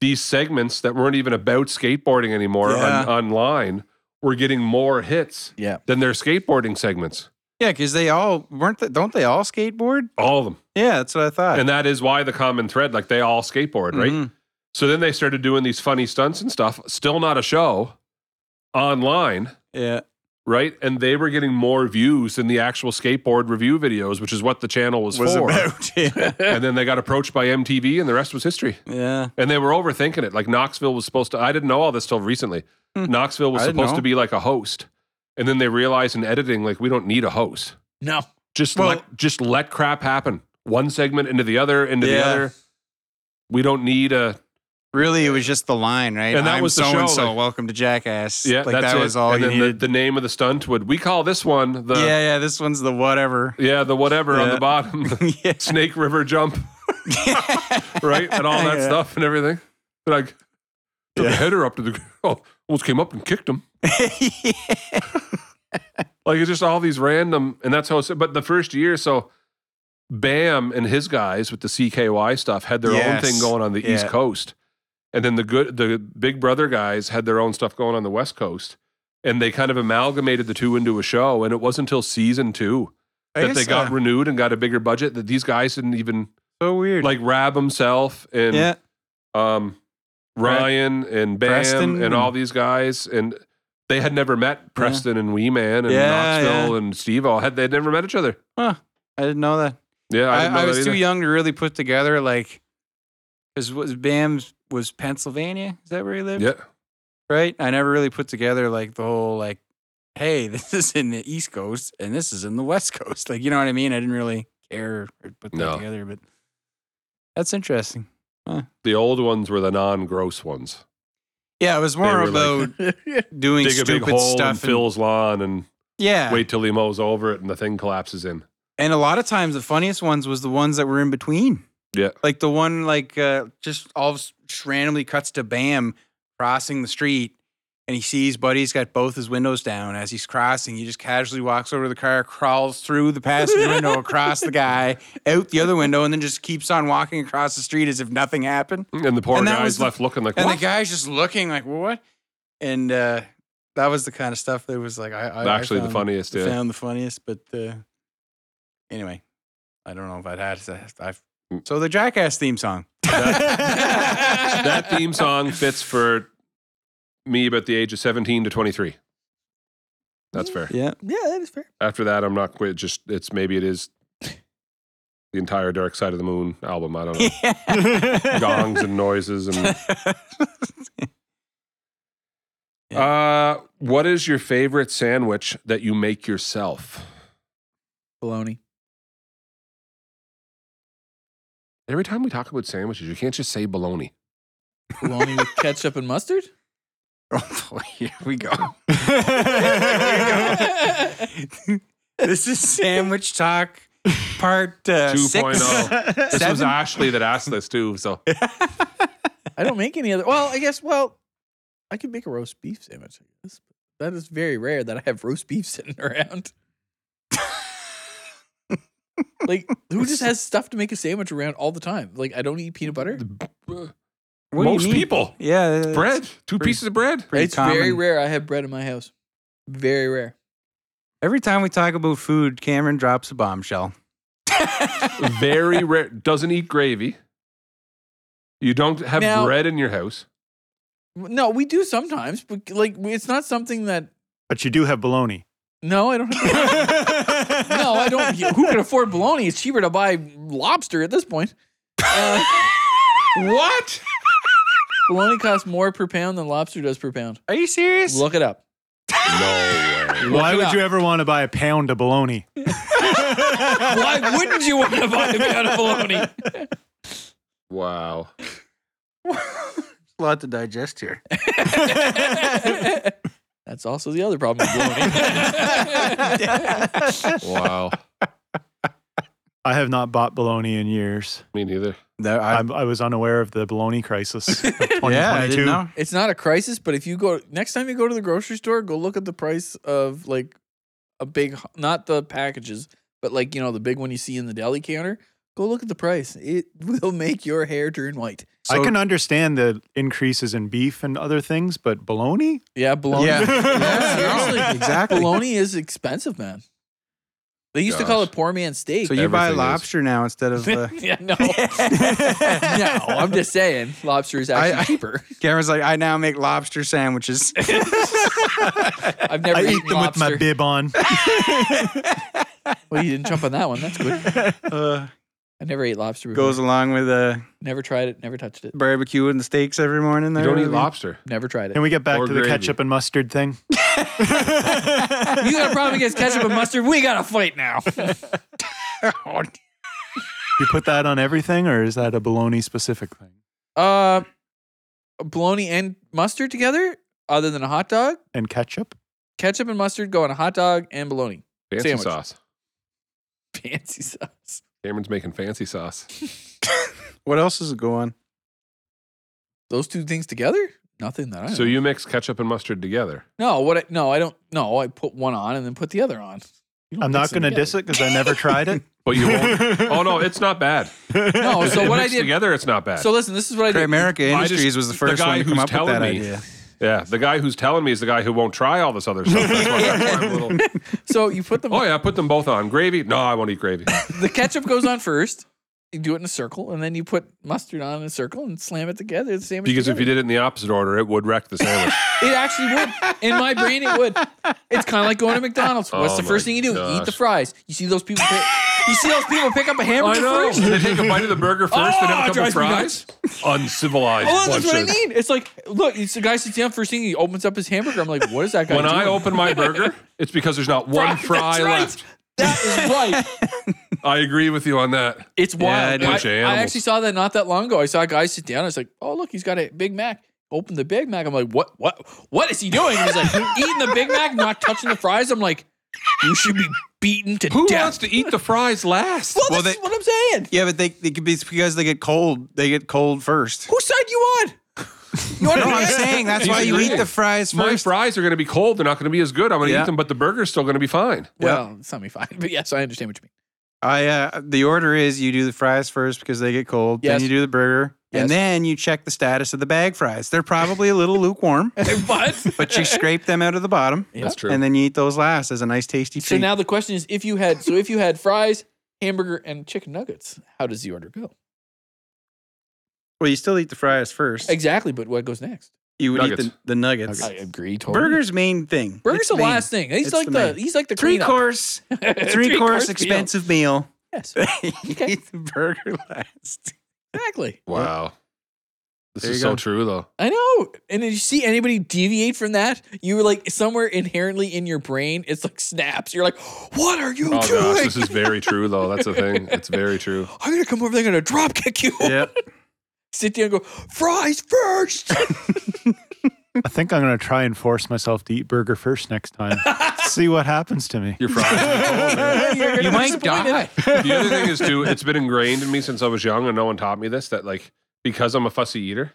Speaker 4: these segments that weren't even about skateboarding anymore
Speaker 3: Yeah.
Speaker 4: on, online were getting more hits
Speaker 2: Yeah.
Speaker 4: than their skateboarding segments.
Speaker 3: Yeah, because they all weren't they, don't they all skateboard?
Speaker 4: All of them.
Speaker 3: Yeah, that's what I thought.
Speaker 4: And that is why the common thread, like they all skateboard, right?
Speaker 3: Mhm.
Speaker 4: So then they started doing these funny stunts and stuff, still not a show online.
Speaker 3: Yeah.
Speaker 4: right? And they were getting more views than the actual skateboard review videos, which is what the channel was,
Speaker 3: Was
Speaker 4: for.
Speaker 3: about. Yeah.
Speaker 4: and then they got approached by MTV, and the rest was history.
Speaker 3: yeah.
Speaker 4: And they were overthinking it. Like Knoxville was supposed to. I didn't know all this till recently.
Speaker 3: Hmm.
Speaker 4: Knoxville was
Speaker 3: I didn't
Speaker 4: supposed
Speaker 3: know.
Speaker 4: to be like a host, and then they realized in editing, like we don't need a host.
Speaker 2: No.
Speaker 4: Just
Speaker 3: Well-
Speaker 4: let just let crap happen. One segment into the other, into the
Speaker 3: Yeah.
Speaker 4: other. We don't need a
Speaker 3: Really, it was just the line, right?
Speaker 4: And that
Speaker 3: I'm
Speaker 4: was the show,
Speaker 3: so and so.
Speaker 4: like-
Speaker 3: Welcome to Jackass.
Speaker 4: yeah.
Speaker 3: like
Speaker 4: that's
Speaker 3: that
Speaker 4: it.
Speaker 3: was all
Speaker 4: And
Speaker 3: you
Speaker 4: then the,
Speaker 3: needed.
Speaker 4: the name of the stunt would we call this one the
Speaker 3: yeah,
Speaker 4: yeah,
Speaker 3: yeah. This one's the whatever.
Speaker 4: the whatever on
Speaker 3: Yeah.
Speaker 4: the bottom.
Speaker 3: yeah.
Speaker 4: Snake River jump, right? And all that
Speaker 3: Yeah.
Speaker 4: stuff and everything. And I took a header up to the oh, almost came up and kicked him. Like it's just all these random, and that's how. It's, but the first year, so Bam and his guys with the CKY stuff had their
Speaker 3: Yes.
Speaker 4: own thing going on the East
Speaker 3: Yeah.
Speaker 4: Coast, and then the good, the Big Brother guys had their own stuff going on the West Coast, and they kind of amalgamated the two into a show. And it wasn't until season two
Speaker 3: I
Speaker 4: that they
Speaker 3: guess,
Speaker 4: got
Speaker 3: uh,
Speaker 4: renewed and got a bigger budget that these guys didn't even
Speaker 3: so weird.
Speaker 4: like Rab himself and
Speaker 3: yeah.
Speaker 4: um,
Speaker 3: Right.
Speaker 4: Ryan and Bam
Speaker 3: Preston
Speaker 4: and all
Speaker 3: and-
Speaker 4: these guys, and they had never met Preston and Wee Man and
Speaker 3: Yeah,
Speaker 4: Knoxville and Steve. All had they'd never met each other.
Speaker 3: I didn't know that.
Speaker 4: Yeah, I,
Speaker 3: I,
Speaker 4: didn't know
Speaker 3: I
Speaker 4: that
Speaker 3: was
Speaker 4: either.
Speaker 3: too young to really put together like because was Bam's was Pennsylvania? Is that where he lived?
Speaker 4: Yeah,
Speaker 3: Right. I never really put together like the whole like, hey, this is in the East Coast and this is in the West Coast. Like you know what I mean? I didn't really care or put that
Speaker 4: No.
Speaker 3: together, but that's interesting.
Speaker 4: the old ones were the non-gross ones.
Speaker 3: Yeah, it was more
Speaker 4: were, like,
Speaker 3: about doing
Speaker 4: Dig a big
Speaker 3: stupid
Speaker 4: hole
Speaker 3: stuff.
Speaker 4: and
Speaker 3: and-
Speaker 4: Phil's lawn and
Speaker 3: yeah.
Speaker 4: wait till he mows over it and the thing collapses in.
Speaker 3: And a lot of times the funniest ones was the ones that were in between.
Speaker 4: Yeah.
Speaker 3: Like the one like uh, just all of, s- just randomly cuts to Bam crossing the street, and he sees Buddy's got both his windows down as he's crossing. He just casually walks over to the car, crawls through the passenger window, across the guy, out the other window, and then just keeps on walking across the street as if nothing happened.
Speaker 4: And the poor
Speaker 3: And that was
Speaker 4: guy's
Speaker 3: the-
Speaker 4: left looking like,
Speaker 3: And
Speaker 4: what?
Speaker 3: the guy's just looking like what? And uh, that was the kind of stuff that was like I, I I
Speaker 4: Actually, the
Speaker 3: found-
Speaker 4: funniest.
Speaker 3: I
Speaker 4: Yeah.
Speaker 3: found the funniest, but uh, anyway, I don't know if I'd had that. I've,
Speaker 4: Mm.
Speaker 3: so the Jackass theme song.
Speaker 4: that theme song fits for me about the age of 17 to 23. That's fair.
Speaker 3: Yeah.
Speaker 2: Yeah, that is fair.
Speaker 4: After that, I'm not quite just, it's maybe it is the entire Dark Side of the Moon album. I don't know. Gongs and noises and. Uh, what is your favorite sandwich that you make yourself?
Speaker 2: Baloney.
Speaker 4: Every time we talk about sandwiches, you can't just say bologna.
Speaker 2: Baloney with ketchup and mustard?
Speaker 3: oh boy, here we go.
Speaker 2: yeah,
Speaker 3: this is sandwich talk part uh,
Speaker 4: 2.0.
Speaker 3: six.
Speaker 4: oh. This was
Speaker 3: Seven?
Speaker 4: Ashley that asked this too. So
Speaker 2: I don't make any other. Well, I guess. Well, I could make a roast beef sandwich. I guess but that is very rare that I have roast beef sitting around. like, who just has stuff to make a sandwich around all the time? Like, I don't eat peanut butter.
Speaker 3: What do you
Speaker 4: most
Speaker 3: need?
Speaker 4: people
Speaker 3: Yeah, it's
Speaker 4: bread, two
Speaker 3: pretty-
Speaker 4: pieces of bread.
Speaker 3: pretty
Speaker 2: it's very
Speaker 3: common.
Speaker 2: rare I have bread in my house. Very rare.
Speaker 3: Every time we talk about food, Cameron drops a bombshell.
Speaker 4: Very rare. Doesn't eat gravy. You don't have
Speaker 2: Now-
Speaker 4: bread in your house.
Speaker 2: No, we do sometimes, but like, it's not something that.
Speaker 5: but you do have bologna.
Speaker 2: No, I don't. Have, no, I don't. Who can afford bologna? It's cheaper to buy lobster at this point. Uh,
Speaker 4: What?
Speaker 2: bologna costs more per pound than lobster does per pound.
Speaker 3: Are you serious?
Speaker 2: Look it up.
Speaker 5: Why
Speaker 2: it
Speaker 5: would
Speaker 2: up.
Speaker 5: you ever want to buy a pound of bologna?
Speaker 2: Why wouldn't you want to buy a pound of bologna?
Speaker 4: Wow.
Speaker 3: a lot to digest here.
Speaker 2: That's also the other problem with bologna.
Speaker 4: Wow.
Speaker 5: I have not bought bologna in years.
Speaker 4: Me neither.
Speaker 3: No, I,
Speaker 5: I, I was unaware of the bologna crisis of 2022.
Speaker 3: yeah, I didn't know.
Speaker 2: it's not a crisis, but if you go next time you go to the grocery store, go look at the price of like a big, not the packages, but like you know the big one you see in the deli counter. Go look at the price. It will make your hair turn white.
Speaker 5: I
Speaker 3: So-
Speaker 5: can understand the increases in beef and other things, but bologna?
Speaker 2: Yeah, bologna.
Speaker 3: Yeah.
Speaker 2: Yeah, seriously.
Speaker 3: exactly.
Speaker 2: Bologna is expensive, man. They used to call
Speaker 4: Gosh.
Speaker 2: it poor man's steak.
Speaker 3: So you buy
Speaker 4: Everything is-
Speaker 3: lobster now instead of. Uh,
Speaker 2: yeah, no. no, I'm just saying lobster is actually
Speaker 3: I- I-
Speaker 2: cheaper.
Speaker 3: Cameron's like, I now make lobster sandwiches.
Speaker 2: I've never
Speaker 5: I
Speaker 2: eaten
Speaker 5: eat them
Speaker 2: lobster.
Speaker 5: with my bib on.
Speaker 2: Well, you didn't jump on that one. That's good.
Speaker 3: uh,
Speaker 2: I never ate lobster before.
Speaker 3: goes along with uh,
Speaker 2: Never tried it. Never touched it.
Speaker 3: barbecue and steaks every morning.
Speaker 4: You
Speaker 3: There,
Speaker 4: don't eat
Speaker 3: Olivia?
Speaker 4: lobster.
Speaker 2: Never tried it.
Speaker 5: Can we get back
Speaker 4: Or
Speaker 5: to the
Speaker 4: gravy.
Speaker 5: ketchup and mustard thing?
Speaker 2: you got a problem against ketchup and mustard? We got to fight now.
Speaker 5: You put that on everything, or is that a bologna specific thing?
Speaker 2: uh, bologna and mustard together, other than a hot dog.
Speaker 5: And ketchup?
Speaker 2: Ketchup and mustard go on a hot dog and bologna.
Speaker 4: Fancy
Speaker 2: Sandwich.
Speaker 4: sauce.
Speaker 2: Fancy sauce.
Speaker 4: Cameron's making fancy sauce.
Speaker 3: What else does it go on?
Speaker 2: Those two things together? Nothing that I.
Speaker 4: So
Speaker 2: know.
Speaker 4: you mix ketchup and mustard together.
Speaker 2: No, what? I, no, I don't. No, I put one on and then put the other on. You don't
Speaker 5: I'm
Speaker 2: mix
Speaker 5: not
Speaker 2: them
Speaker 5: going to diss
Speaker 2: together.
Speaker 5: it because I never tried it.
Speaker 4: But you won't. oh no, it's not bad.
Speaker 2: No, so
Speaker 4: It
Speaker 2: what I
Speaker 4: mixed
Speaker 2: did.
Speaker 4: together, it's not bad.
Speaker 2: So listen, this is what I did.
Speaker 3: America
Speaker 4: I
Speaker 3: Industries
Speaker 4: just-
Speaker 3: was the
Speaker 4: the
Speaker 3: first
Speaker 4: guy
Speaker 3: one to come
Speaker 4: who's
Speaker 3: up with that
Speaker 4: telling me.
Speaker 3: idea.
Speaker 4: yeah, the guy who's telling me is the guy who won't try all this other stuff. That's why- that's why I'm a little-
Speaker 2: So you put them.
Speaker 4: oh yeah, I put them both on gravy. No, I won't eat gravy.
Speaker 2: the ketchup goes on first. You do it in a circle, and then you put mustard on in a circle and slam it together. The sandwich.
Speaker 4: Because if you did it in the opposite order, it would wreck the sandwich.
Speaker 2: it actually would. In my brain, it would. It's kind of like going to McDonald's. What's
Speaker 4: Oh
Speaker 2: the
Speaker 4: my
Speaker 2: first thing you do? You Eat the
Speaker 4: gosh.
Speaker 2: fries. You see those people. Pick, you see those people pick up a hamburger first.
Speaker 4: They take a bite of the burger first, then
Speaker 2: Oh,
Speaker 4: have
Speaker 2: it
Speaker 4: a couple
Speaker 2: drives me
Speaker 4: fries. Uncivilized.
Speaker 2: Oh, that's what I
Speaker 4: bunches.
Speaker 2: mean. It's like, look, it's the guy sits down first thing. He opens up his hamburger. I'm like, what is that guy
Speaker 4: When
Speaker 2: doing?
Speaker 4: I open my burger, it's because there's not one
Speaker 2: Fry-
Speaker 4: fry
Speaker 2: that's right.
Speaker 4: left.
Speaker 2: that is right.
Speaker 4: I agree with you on that.
Speaker 2: It's wild.
Speaker 4: I know.
Speaker 2: I,
Speaker 4: Bunch of
Speaker 2: I
Speaker 4: animals.
Speaker 2: actually saw that not that long ago. I saw a guy sit down. I was like, "Oh, look, he's got a Big Mac." Open the Big Mac. I'm like, "What? What? What is he doing?" He's like, "Eating the Big Mac, not touching the fries." I'm like, You should be beaten to
Speaker 4: Who
Speaker 2: death.
Speaker 4: wants to eat the fries last?
Speaker 2: well,
Speaker 3: Well,
Speaker 2: this
Speaker 3: they-
Speaker 2: is what I'm saying.
Speaker 3: Yeah, but they, they could be it's because they get cold. They get cold first.
Speaker 2: Whose side you on? You want
Speaker 3: No,
Speaker 2: to
Speaker 3: I'm saying that's why you eat the fries
Speaker 4: My
Speaker 3: first.
Speaker 4: fries are going to be cold. They're not going to be as good. I'm going to
Speaker 3: Yeah.
Speaker 4: eat them, but the burger's still going to be fine.
Speaker 2: Well, it's not me fine, but yes, I understand what you mean.
Speaker 3: I uh, the order is you do the fries first because they get cold.
Speaker 2: Yes.
Speaker 3: Then you do the burger,
Speaker 2: Yes.
Speaker 3: and then you check the status of the bag fries. They're probably a little lukewarm,
Speaker 2: But
Speaker 3: but you scrape them out of the bottom,
Speaker 2: Yeah.
Speaker 4: That's true.
Speaker 3: and then you eat those last as a nice tasty
Speaker 2: so
Speaker 3: treat.
Speaker 2: now the question is, if you had so if you had fries, hamburger, and chicken nuggets, how does the order go?
Speaker 3: well, you still eat the fries first.
Speaker 2: Exactly, but what goes next?
Speaker 3: You would eat
Speaker 4: Nuggets.
Speaker 3: the, the nuggets.
Speaker 2: I agree. Totally.
Speaker 3: Burger's main thing.
Speaker 2: Burger's
Speaker 3: It's
Speaker 2: the
Speaker 3: main.
Speaker 2: last thing. He's
Speaker 3: It's
Speaker 2: like
Speaker 3: the
Speaker 2: the,
Speaker 3: main.
Speaker 2: he's like the
Speaker 3: Three
Speaker 2: cleanup.
Speaker 3: course, three, course, expensive meal.
Speaker 2: meal. Yes,
Speaker 3: you
Speaker 2: Okay.
Speaker 3: eat the burger last.
Speaker 2: exactly.
Speaker 4: wow. This
Speaker 3: There
Speaker 4: is
Speaker 3: you
Speaker 4: so
Speaker 3: go.
Speaker 4: true, though.
Speaker 2: I know. And did you see anybody deviate from that? You were like somewhere inherently in your brain, it's like snaps. You're like, what are you
Speaker 4: Oh, gosh.
Speaker 2: doing?
Speaker 4: This is very true, though. That's a thing. It's very true.
Speaker 2: I'm gonna come over there, I'm gonna drop kick you.
Speaker 3: Yep.
Speaker 2: Sit down and go, fries first.
Speaker 5: I think I'm going to try and force myself to eat burger first next time. See what happens to me.
Speaker 4: Your fries.
Speaker 3: You might die.
Speaker 4: the other thing is, too, it's been ingrained in me since I was young, and no one taught me this that, like, because I'm a fussy eater,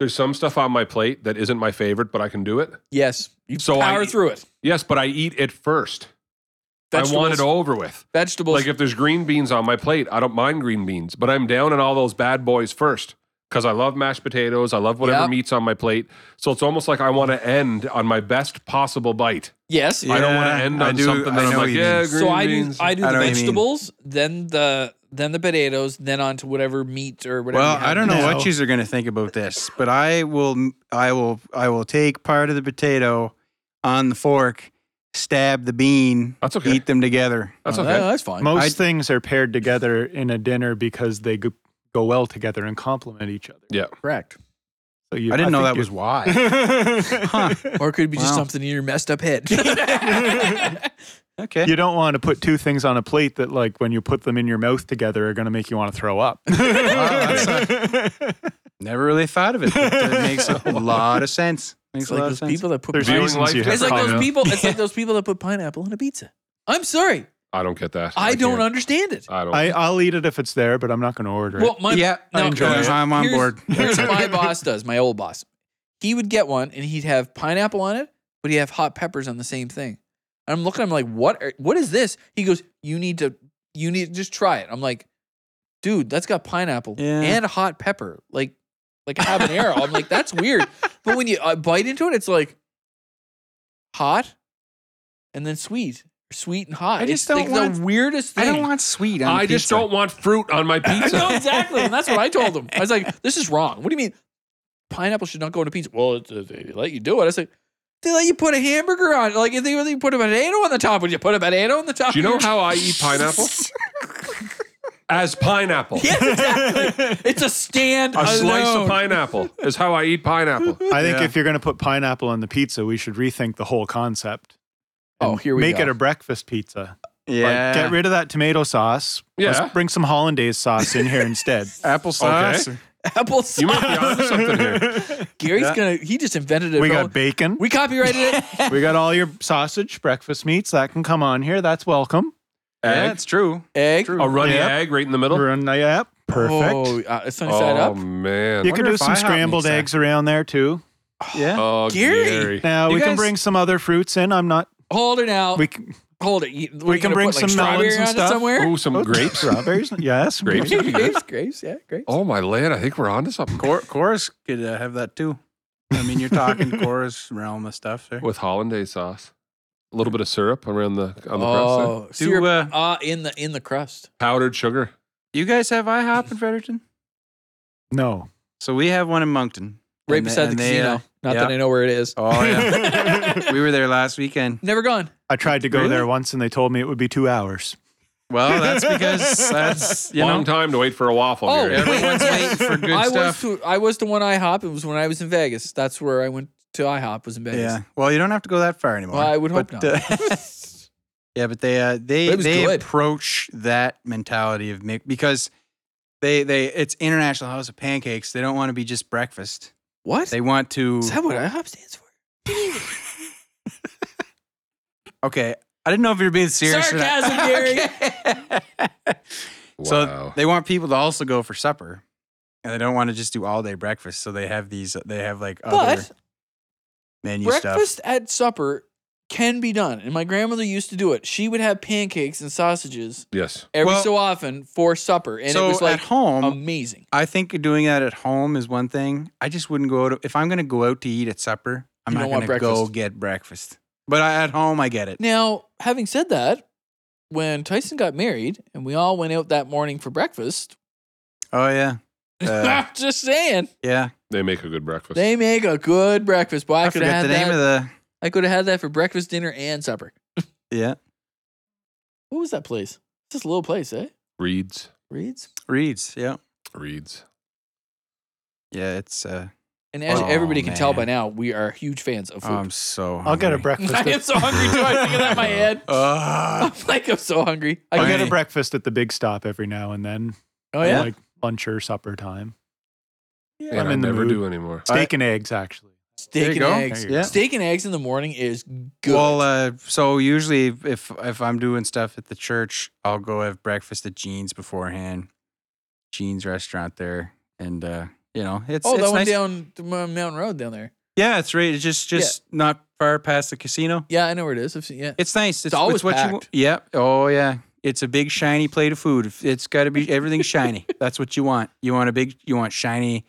Speaker 4: there's some stuff on my plate that isn't my favorite, but I can do it.
Speaker 2: Yes. You
Speaker 4: So I-
Speaker 2: power through it.
Speaker 4: Yes, but I eat it first. I want
Speaker 2: Vegetables-
Speaker 4: it over with.
Speaker 2: Vegetables.
Speaker 4: like if there's green beans on my plate, I don't mind green beans, but I'm down on all those bad boys first because I love mashed potatoes. I love whatever
Speaker 2: Yep.
Speaker 4: meat's on my plate. So it's almost like I want to end on my best possible bite.
Speaker 2: yes.
Speaker 4: I don't want
Speaker 3: Yeah,
Speaker 4: to end
Speaker 3: I
Speaker 4: on
Speaker 3: do-
Speaker 4: something
Speaker 3: I
Speaker 4: that
Speaker 3: know
Speaker 4: I'm
Speaker 3: what
Speaker 4: like,
Speaker 3: you
Speaker 4: yeah,
Speaker 3: mean.
Speaker 4: green
Speaker 2: so I do
Speaker 4: beans.
Speaker 2: I do
Speaker 3: I
Speaker 2: the
Speaker 3: know what you mean.
Speaker 2: vegetables, then the then the potatoes, then onto whatever meat or whatever.
Speaker 3: Well,
Speaker 2: you have.
Speaker 3: I don't know
Speaker 5: No.
Speaker 3: what yous are going to think about this, but I will, I will, I will take part of the potato on the fork, stab the bean,
Speaker 4: That's okay.
Speaker 3: eat them together.
Speaker 4: That's
Speaker 2: Oh,
Speaker 4: okay.
Speaker 2: no, that's fine.
Speaker 5: Most
Speaker 3: I-
Speaker 5: things are paired together in a dinner because they go, go well together and complement each other.
Speaker 4: Yeah.
Speaker 2: Correct.
Speaker 5: So you,
Speaker 3: I didn't know that
Speaker 5: think
Speaker 3: was why.
Speaker 5: you-
Speaker 2: Or it could be just
Speaker 3: Wow.
Speaker 2: something in your messed up head.
Speaker 3: Okay,
Speaker 5: You don't want to put two things on a plate that, like, when you put them in your mouth together, are going to make you want to throw up.
Speaker 3: never really thought of it. But it makes a lot of sense. Makes
Speaker 2: It's
Speaker 3: a
Speaker 2: like
Speaker 3: lot
Speaker 2: those
Speaker 3: of sense.
Speaker 2: people that put
Speaker 5: There's
Speaker 2: pine-
Speaker 4: Viewing
Speaker 5: reasons
Speaker 4: life
Speaker 5: you have
Speaker 2: It's like
Speaker 5: Yeah.
Speaker 2: those people. It's like those people that put pineapple on a pizza. I'm sorry,
Speaker 4: I don't get that.
Speaker 2: I, don't
Speaker 4: can't.
Speaker 2: understand it.
Speaker 4: I don't.
Speaker 5: I, I'll eat it if it's there, but I'm not going to order it.
Speaker 2: Well, my
Speaker 3: yeah,
Speaker 2: no,
Speaker 3: I enjoy
Speaker 2: here's-
Speaker 3: it. I'm on
Speaker 2: here's-
Speaker 3: board.
Speaker 2: Here's what my boss does. My old boss, he would get one and he'd have pineapple on it, but he'd have hot peppers on the same thing. And I'm looking. I'm like, what? Are, what is this? He goes, you need to, you need just try it. I'm like, dude, that's got pineapple
Speaker 3: Yeah.
Speaker 2: and hot pepper, like, like a habanero. I'm like, that's weird. But when you uh, bite into it, it's like hot and then sweet, sweet and hot.
Speaker 3: I just
Speaker 2: it's
Speaker 3: don't
Speaker 2: like
Speaker 3: want-
Speaker 2: the weirdest
Speaker 3: I
Speaker 2: thing.
Speaker 3: don't want sweet. On
Speaker 4: I
Speaker 3: the
Speaker 4: just
Speaker 3: pizza.
Speaker 4: don't want fruit on my
Speaker 2: I
Speaker 4: pizza.
Speaker 2: know exactly, and that's what I told him. I was like, "This is wrong. What do you mean? Pineapple should not go into pizza? Well, it's, uh, they let you do it." I said, "They let you put a hamburger on. it. Like, if they let you put a potato on the top, would you put a potato on the top?"
Speaker 4: Do you know
Speaker 2: of your-
Speaker 4: how I eat pineapple? As pineapple.
Speaker 2: Yes, exactly. it's a stand.
Speaker 4: A slice of
Speaker 2: alone.
Speaker 4: pineapple is how I eat pineapple.
Speaker 5: I think
Speaker 3: Yeah.
Speaker 5: if you're going to put pineapple on the pizza, we should rethink the whole concept.
Speaker 2: Oh, here we
Speaker 5: Make
Speaker 2: go.
Speaker 5: it a breakfast pizza. Like,
Speaker 3: Yeah,
Speaker 5: get rid of that tomato sauce.
Speaker 4: Yeah.
Speaker 5: Let's bring some hollandaise sauce in here instead.
Speaker 3: applesauce.
Speaker 4: Okay.
Speaker 2: apple.
Speaker 4: You might be onto something here.
Speaker 2: Gary's gonna. He just invented it.
Speaker 5: We
Speaker 2: bro.
Speaker 5: got bacon.
Speaker 2: we copyrighted it.
Speaker 5: We got all your sausage, breakfast meats. That can come on here. That's welcome.
Speaker 3: Yeah,
Speaker 4: Egg.
Speaker 3: it's true.
Speaker 2: Egg.
Speaker 4: A runny
Speaker 5: Yep.
Speaker 4: egg right in the middle.
Speaker 5: Run- Yep. Oh, Perfect. Um,
Speaker 2: Oh, uh, sunny side
Speaker 4: oh
Speaker 2: up.
Speaker 4: man.
Speaker 5: you can
Speaker 3: wonder
Speaker 5: do
Speaker 3: if
Speaker 5: some
Speaker 3: IHOP
Speaker 5: scrambled
Speaker 3: makes that.
Speaker 5: eggs around there too.
Speaker 3: Yeah,
Speaker 4: oh,
Speaker 2: Gary.
Speaker 5: Now
Speaker 3: You
Speaker 5: we can
Speaker 3: guys-
Speaker 5: bring some other fruits in. I'm not.
Speaker 2: Hold it out.
Speaker 5: We can,
Speaker 2: Hold it. You- what,
Speaker 5: we
Speaker 2: you
Speaker 5: can
Speaker 2: gonna
Speaker 5: bring
Speaker 2: put, like,
Speaker 5: some melons
Speaker 2: strawberry
Speaker 5: and
Speaker 2: on it
Speaker 5: stuff.
Speaker 2: somewhere.
Speaker 4: Ooh,
Speaker 5: Oh.
Speaker 4: some grapes.
Speaker 5: strawberries. Yes.
Speaker 4: Grapes.
Speaker 2: grapes, grapes. Yeah, grapes.
Speaker 4: Oh my land, I think we're on to something.
Speaker 3: Chor- chorus could uh, have that too. I mean, you're talking chorus realm of stuff there.
Speaker 4: With hollandaise sauce. A little bit of syrup around the on the crust.
Speaker 2: oh,
Speaker 3: Do,
Speaker 2: syrup,
Speaker 3: uh,
Speaker 2: uh, in the in the crust.
Speaker 4: there. Powdered sugar.
Speaker 3: You guys have IHOP in Fredericton?
Speaker 5: No.
Speaker 3: So we have one in Moncton,
Speaker 2: right
Speaker 3: And they-
Speaker 2: beside the
Speaker 3: and they,
Speaker 2: casino.
Speaker 3: uh,
Speaker 2: Not that
Speaker 3: yeah.
Speaker 2: I know where it is.
Speaker 3: oh yeah, we were there last weekend.
Speaker 2: Never gone.
Speaker 5: I tried to go
Speaker 3: Really?
Speaker 5: there once, and they told me it would be two hours.
Speaker 3: Well, that's because that's you
Speaker 4: Long
Speaker 3: know
Speaker 4: time to wait for a waffle.
Speaker 2: Oh,
Speaker 4: Gary.
Speaker 3: everyone's waiting for good
Speaker 2: I
Speaker 3: stuff.
Speaker 2: was to I was to one IHOP. It was when I was in Vegas. That's where I went to IHOP. Was in Vegas.
Speaker 3: yeah. Well, you don't have to go that far anymore.
Speaker 2: Well, I would hope
Speaker 3: But,
Speaker 2: not.
Speaker 3: uh, yeah, but they uh, they
Speaker 2: But it was
Speaker 3: they
Speaker 2: good.
Speaker 3: approach that mentality of make because they they it's International House of Pancakes. They don't want to be just breakfast.
Speaker 2: What?
Speaker 3: They want to
Speaker 2: Is that what IHOP stands for?
Speaker 3: okay. I didn't know if you were being serious. or not.
Speaker 2: Sarcasm, Gary.
Speaker 3: So they want people to also go for supper, and they don't want to just do all day breakfast. So they have these. They have like other
Speaker 2: But
Speaker 3: menu
Speaker 2: breakfast at supper can be done. And my grandmother used to do it. She would have pancakes and sausages
Speaker 4: yes.
Speaker 2: every
Speaker 3: Well-
Speaker 2: so often for supper. And
Speaker 3: stuff. So
Speaker 2: it was like
Speaker 3: at home,
Speaker 2: amazing.
Speaker 3: I think doing that at home is one thing. I just wouldn't go out if I'm going to go out to eat at supper. I'm
Speaker 2: You
Speaker 3: not
Speaker 2: don't want
Speaker 3: going to go
Speaker 2: breakfast.
Speaker 3: get breakfast. But I, at home, I get it.
Speaker 2: Now, having said that, when Tyson got married and we all went out that morning for breakfast,
Speaker 3: Oh yeah, Uh,
Speaker 2: just saying,
Speaker 3: yeah.
Speaker 4: They make a good breakfast.
Speaker 2: they make a good breakfast. Boy, I,
Speaker 3: I,
Speaker 2: could have
Speaker 3: forget
Speaker 2: had
Speaker 3: the name
Speaker 2: that.
Speaker 3: of the.
Speaker 2: I could have had that for breakfast, dinner, and supper.
Speaker 3: Yeah,
Speaker 2: What was that place? Just a little place, eh?
Speaker 4: Reeds.
Speaker 2: Reeds.
Speaker 3: Reeds. Yeah,
Speaker 4: Reeds.
Speaker 3: yeah. It's. uh
Speaker 2: And as
Speaker 3: Oh,
Speaker 2: everybody can tell by
Speaker 3: man.
Speaker 2: now, we are huge fans of food.
Speaker 3: oh, I'm so. Hungry.
Speaker 5: I'll get a breakfast.
Speaker 2: I am
Speaker 5: At,
Speaker 2: so hungry too. I think of that in my head.
Speaker 3: Ah.
Speaker 2: I'm like, I'm so hungry. I
Speaker 5: I'll
Speaker 2: get
Speaker 5: get
Speaker 2: it.
Speaker 5: a breakfast at the big stop every now and then,
Speaker 2: Oh yeah.
Speaker 5: like lunch or supper time.
Speaker 4: Yeah,
Speaker 5: I'm
Speaker 4: I
Speaker 5: in the
Speaker 4: never
Speaker 5: mood.
Speaker 4: do anymore.
Speaker 5: Steak and eggs, actually.
Speaker 2: Steak
Speaker 3: There
Speaker 2: and
Speaker 3: you go.
Speaker 2: eggs.
Speaker 5: There you
Speaker 3: Yeah.
Speaker 2: Steak and eggs in the morning is good.
Speaker 3: Well, uh, so usually if- if if I'm doing stuff at the church, I'll go have breakfast at Jean's beforehand. Jean's restaurant there, and uh, you know it's
Speaker 2: oh,
Speaker 3: it's
Speaker 2: that one
Speaker 3: nice.
Speaker 2: down the Mo- Mountain Road down there.
Speaker 3: Yeah, it's right. It's just
Speaker 2: Yeah.
Speaker 3: just not far past the casino.
Speaker 2: Yeah, I know where it is. I've seen. Yeah.
Speaker 3: It's nice. It's,
Speaker 2: always
Speaker 3: what you want.
Speaker 2: packed.
Speaker 3: Yeah. Oh yeah. It's a big shiny plate of food. It's got to be everything shiny. That's what you want. You want a big. You want shiny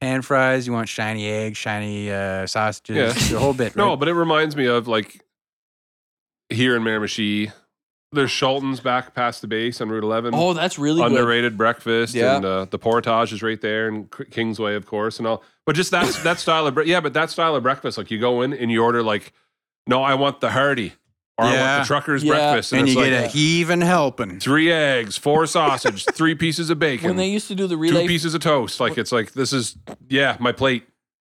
Speaker 3: pan fries. You want shiny eggs. Shiny uh, sausages.
Speaker 4: Yeah.
Speaker 3: The whole bit.
Speaker 4: No,
Speaker 3: right?
Speaker 4: but it reminds me of like here in Miramichi, there's Shelton's back past the base on Route
Speaker 3: Um,
Speaker 4: 11.
Speaker 2: Oh, that's really good.
Speaker 4: underrated breakfast
Speaker 2: Yeah.
Speaker 4: and uh, the portage is right there and K- Kingsway of course and all but just that that style of bre- yeah but that style of breakfast like you go in and you order like no I want the hearty or I
Speaker 3: Yeah.
Speaker 4: want the trucker's
Speaker 2: Yeah.
Speaker 4: breakfast and,
Speaker 3: and you
Speaker 4: it's
Speaker 3: get
Speaker 4: like
Speaker 3: a heaving helping.
Speaker 4: three eggs four sausage three pieces of bacon
Speaker 2: When they used to do the
Speaker 4: two
Speaker 2: relay,
Speaker 4: pieces of toast like it's like this is yeah my plate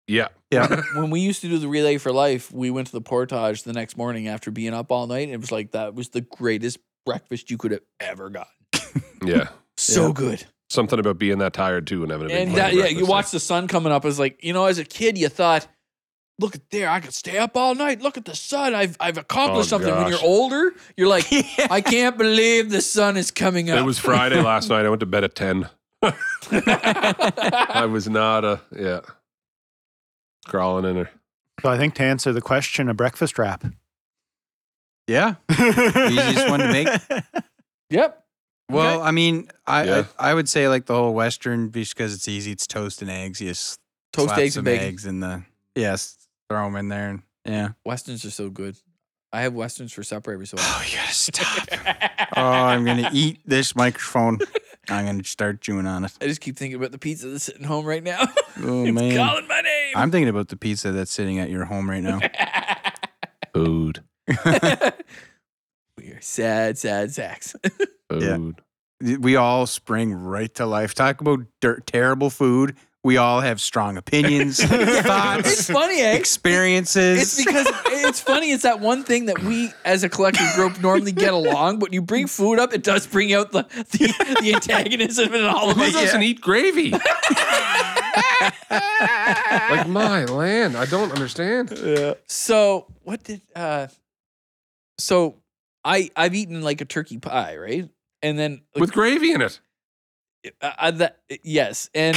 Speaker 4: yeah
Speaker 3: Yeah.
Speaker 2: when we used to do the relay for life, we went to the portage the next morning after being up all night, and it was like that was the greatest breakfast you could have ever gotten.
Speaker 4: yeah
Speaker 2: So good.
Speaker 4: something about being that tired too and having a big
Speaker 2: And
Speaker 4: plate of
Speaker 2: that, yeah, you
Speaker 4: breakfast,
Speaker 2: watch the sun coming up. It's like you know, as a kid, you thought, "Look at there, I could stay up all night. Look at the sun. I've I've accomplished
Speaker 4: Oh,
Speaker 2: something." When you're
Speaker 4: gosh.
Speaker 2: older, you're like, "I can't believe the sun is coming
Speaker 4: like-
Speaker 2: up."
Speaker 4: it was Friday last night I went to bed at ten I was not a yeah crawling in her
Speaker 5: So I think to answer the question, a breakfast wrap.
Speaker 3: Yeah.
Speaker 5: Easiest
Speaker 3: one to make.
Speaker 2: yep.
Speaker 3: Well, I mean, I,
Speaker 4: Yeah.
Speaker 3: I I would say like the whole Western just because it's easy. It's toast and eggs. You just
Speaker 2: Toast
Speaker 3: slap
Speaker 2: eggs
Speaker 3: some
Speaker 2: and bacon.
Speaker 3: eggs in the yes, throw them in there. And, yeah.
Speaker 2: Westerns are so good. I have westerns for supper every so often.
Speaker 3: you gotta stop. oh, I'm gonna eat this microphone. I'm gonna start chewing on it.
Speaker 2: I just keep thinking about the pizza that's sitting home right now.
Speaker 3: Oh
Speaker 2: it's
Speaker 3: man,
Speaker 2: calling my name.
Speaker 3: I'm thinking about the pizza that's sitting at your home right now.
Speaker 4: food
Speaker 2: we are sad, sad sacks.
Speaker 3: Yeah. we all spring right to life. Talk about dirt, terrible food. We all have strong opinions,
Speaker 2: it's
Speaker 3: thoughts,
Speaker 2: funny, eh?
Speaker 3: experiences.
Speaker 2: It's because it's funny. It's that one thing that we, as a collective group, normally get along. But you bring food up, it does bring out the the, the antagonism in all of
Speaker 4: Who
Speaker 2: us.
Speaker 4: doesn't eat gravy? like my land, I don't understand.
Speaker 2: So what did? uh So I I've eaten like a turkey pie, right? And then
Speaker 4: With gravy in it.
Speaker 2: uh, uh, that yes, and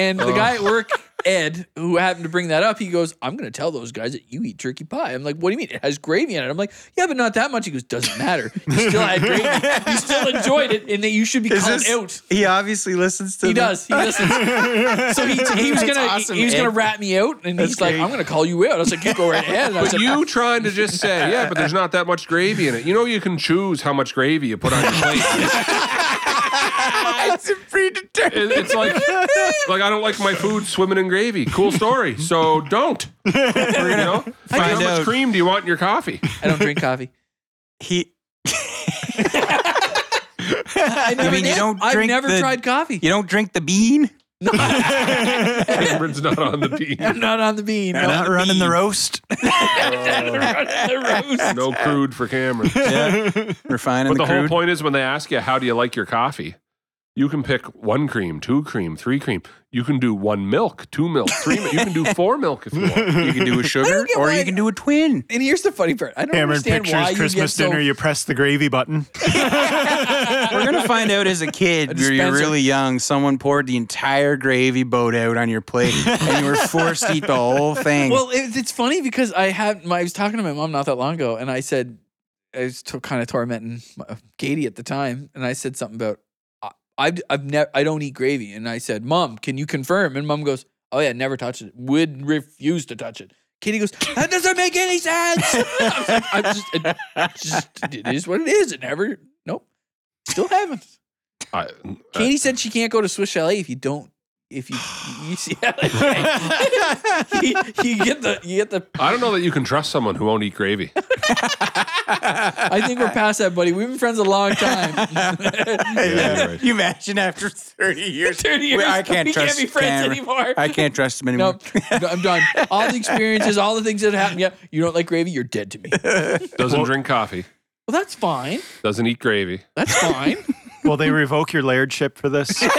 Speaker 2: and the
Speaker 4: Oh.
Speaker 2: guy at work. Ed, who happened to bring that up, he goes, I'm going to tell those guys that you eat turkey pie. I'm like, what do you mean? It has gravy in it. I'm like, yeah, but not that much. He goes, doesn't matter. You still had gravy. You still enjoyed it, and that you should be
Speaker 3: Is
Speaker 2: called
Speaker 3: this-
Speaker 2: out.
Speaker 3: he obviously listens to.
Speaker 2: He
Speaker 3: the-
Speaker 2: does. He listens. so he, he was
Speaker 3: That's
Speaker 2: gonna
Speaker 3: awesome,
Speaker 2: he was gonna
Speaker 3: Ed.
Speaker 2: rat me out, and
Speaker 3: That's
Speaker 2: he's like,
Speaker 3: great.
Speaker 2: "I'm gonna call you out." I was like, "You go right ahead." And I
Speaker 4: But
Speaker 2: said,
Speaker 4: you trying to just say, yeah, but there's not that much gravy in it. You know, you can choose how much gravy you put on your plate.
Speaker 3: It's a predetermined.
Speaker 4: It- it's like, like I don't like my food swimming in gravy. Cool story. So don't. you know,
Speaker 3: I
Speaker 4: how
Speaker 3: just-
Speaker 4: much cream do you want in your coffee?
Speaker 2: "I don't drink coffee."
Speaker 3: He,
Speaker 2: I never
Speaker 3: mean you
Speaker 2: did.
Speaker 3: don't
Speaker 2: I've
Speaker 3: drink
Speaker 2: never
Speaker 3: the-
Speaker 2: tried coffee.
Speaker 3: you don't drink the bean.
Speaker 4: Cameron's not on the
Speaker 2: I'm
Speaker 4: bean.
Speaker 2: not on the bean.
Speaker 3: You're not running the roast.
Speaker 2: roast.
Speaker 4: No crude for Cameron.
Speaker 3: Yeah. Refining
Speaker 4: But
Speaker 3: the,
Speaker 4: the whole
Speaker 3: crude.
Speaker 4: point is when they ask you, how do you like your coffee? You can pick one cream, two cream, three cream. You can do one milk, two milk, three milk. You can do four milk if you want.
Speaker 3: You can do a sugar
Speaker 2: get
Speaker 3: or
Speaker 2: why-
Speaker 3: you can do a twin.
Speaker 2: And here's the funny part. I don't
Speaker 5: Cameron
Speaker 2: understand why
Speaker 5: pictures
Speaker 2: you
Speaker 5: Christmas
Speaker 2: get so
Speaker 5: dinner. You press the gravy button.
Speaker 3: We're gonna find out as a kid.
Speaker 2: A
Speaker 3: where you're
Speaker 2: dispenser.
Speaker 3: really young. Someone poured the entire gravy boat out on your plate, and you were forced to eat the whole thing.
Speaker 2: Well, it, it's funny because I have. My, I was talking to my mom not that long ago, and I said I was t- kind of tormenting my, Katie at the time, and I said something about I, I've I've never I don't eat gravy, and I said, "Mom, can you confirm?" And mom goes, "Oh yeah, never touched it. Would refuse to touch it." Katie goes, "That doesn't make any sense." I was like, I'm just, it, just it is what it is. It never. Nope. Still haven't.
Speaker 4: I, uh, I,
Speaker 2: Katie said she can't go to Swiss Chalet if you don't. If you you see, you, you get the you get the.
Speaker 4: I don't know that you can trust someone who won't eat gravy.
Speaker 2: I think we're past that, buddy. We've been friends a long time.
Speaker 4: Yeah, right.
Speaker 3: you imagine after thirty years,
Speaker 2: Thirty years.
Speaker 3: Well, I can't
Speaker 2: we
Speaker 3: trust
Speaker 2: can't be friends
Speaker 3: Cameron.
Speaker 2: anymore.
Speaker 3: I can't trust him anymore.
Speaker 2: no, no, I'm done. All the experiences, all the things that have happened. Yeah, you don't like gravy. You're dead to me. Well,
Speaker 4: Doesn't drink coffee.
Speaker 2: that's fine.
Speaker 4: Doesn't eat gravy.
Speaker 2: That's fine.
Speaker 5: Will they revoke your lairdship for this?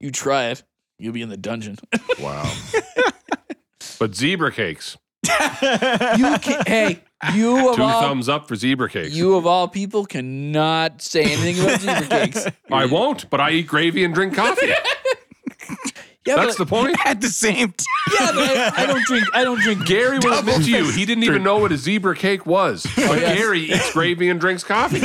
Speaker 2: You try it, you'll be in the dungeon.
Speaker 4: Wow. but zebra cakes.
Speaker 2: You can, hey, you of
Speaker 4: Two
Speaker 2: all
Speaker 4: thumbs up for zebra cakes.
Speaker 2: you of all people cannot say anything about zebra cakes.
Speaker 4: I won't, but I eat gravy and drink coffee.
Speaker 2: Yeah,
Speaker 4: That's
Speaker 2: but,
Speaker 4: the point.
Speaker 3: At the same time,
Speaker 2: yeah, but I, I don't drink. I don't drink.
Speaker 4: Gary will admit to you he didn't even know what a zebra cake was. But
Speaker 2: Oh, yes.
Speaker 4: Gary eats gravy and drinks coffee.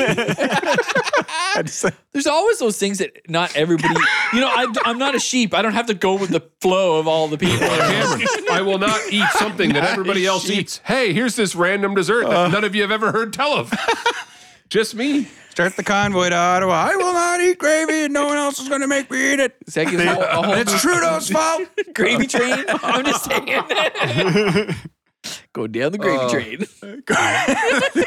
Speaker 2: There's always those things that not everybody. You know, I, I'm not a sheep. I don't have to go with the flow of all the people.
Speaker 4: Cameron, I will not eat something that everybody else eats. Hey, here's this random dessert
Speaker 2: Uh.
Speaker 4: that none of you have ever heard tell of. Just me.
Speaker 3: start the convoy to Ottawa. I will not eat gravy, and no one else is gonna make me eat it.
Speaker 2: Second, a whole, a whole
Speaker 3: It's Trudeau's fault.
Speaker 2: gravy train. I'm just saying that. Go down the
Speaker 3: Oh.
Speaker 2: gravy train.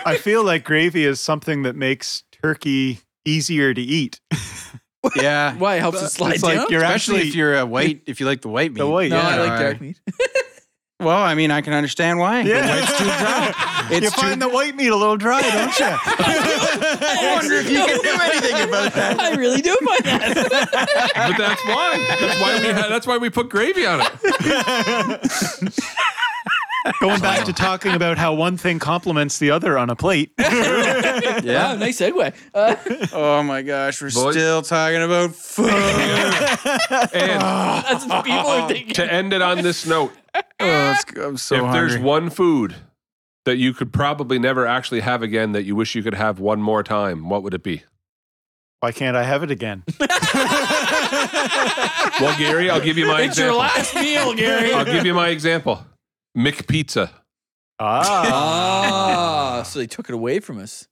Speaker 5: I feel like gravy is something that makes turkey easier to eat.
Speaker 3: Yeah,
Speaker 2: Why it helps it slide
Speaker 5: It's like
Speaker 2: down?
Speaker 5: you're
Speaker 3: especially
Speaker 5: actually
Speaker 3: if you're a white, if you like the white meat.
Speaker 5: the white.
Speaker 2: no,
Speaker 5: yeah.
Speaker 2: I like
Speaker 3: I-
Speaker 2: dark meat.
Speaker 3: Well, I mean, I can understand why. The
Speaker 5: Yeah.
Speaker 3: white's too dry. It's
Speaker 5: you
Speaker 3: too
Speaker 5: find the white meat a little dry, don't you?
Speaker 3: I wonder if you can do anything about that.
Speaker 2: I really do find that.
Speaker 4: But that's why. That's why we had, that's why we put gravy on it.
Speaker 5: Going back to talking about how one thing complements the other on a plate.
Speaker 2: Yeah, nice segue. Uh,
Speaker 3: Oh my gosh, we're
Speaker 4: Boys.
Speaker 3: still talking about food. Oh,
Speaker 4: And
Speaker 2: that's what people are thinking.
Speaker 4: to end it on this note,
Speaker 3: Oh, it's- I'm so
Speaker 4: if
Speaker 3: hungry.
Speaker 4: there's one food that you could probably never actually have again that you wish you could have one more time, what would it be?
Speaker 5: Why can't I have it again?
Speaker 4: Well, Gary, I'll give you my
Speaker 2: It's your
Speaker 4: example.
Speaker 2: last meal, Gary.
Speaker 4: I'll give you my example. McPizza.
Speaker 5: Ah,
Speaker 2: Ah, so they took it away from us.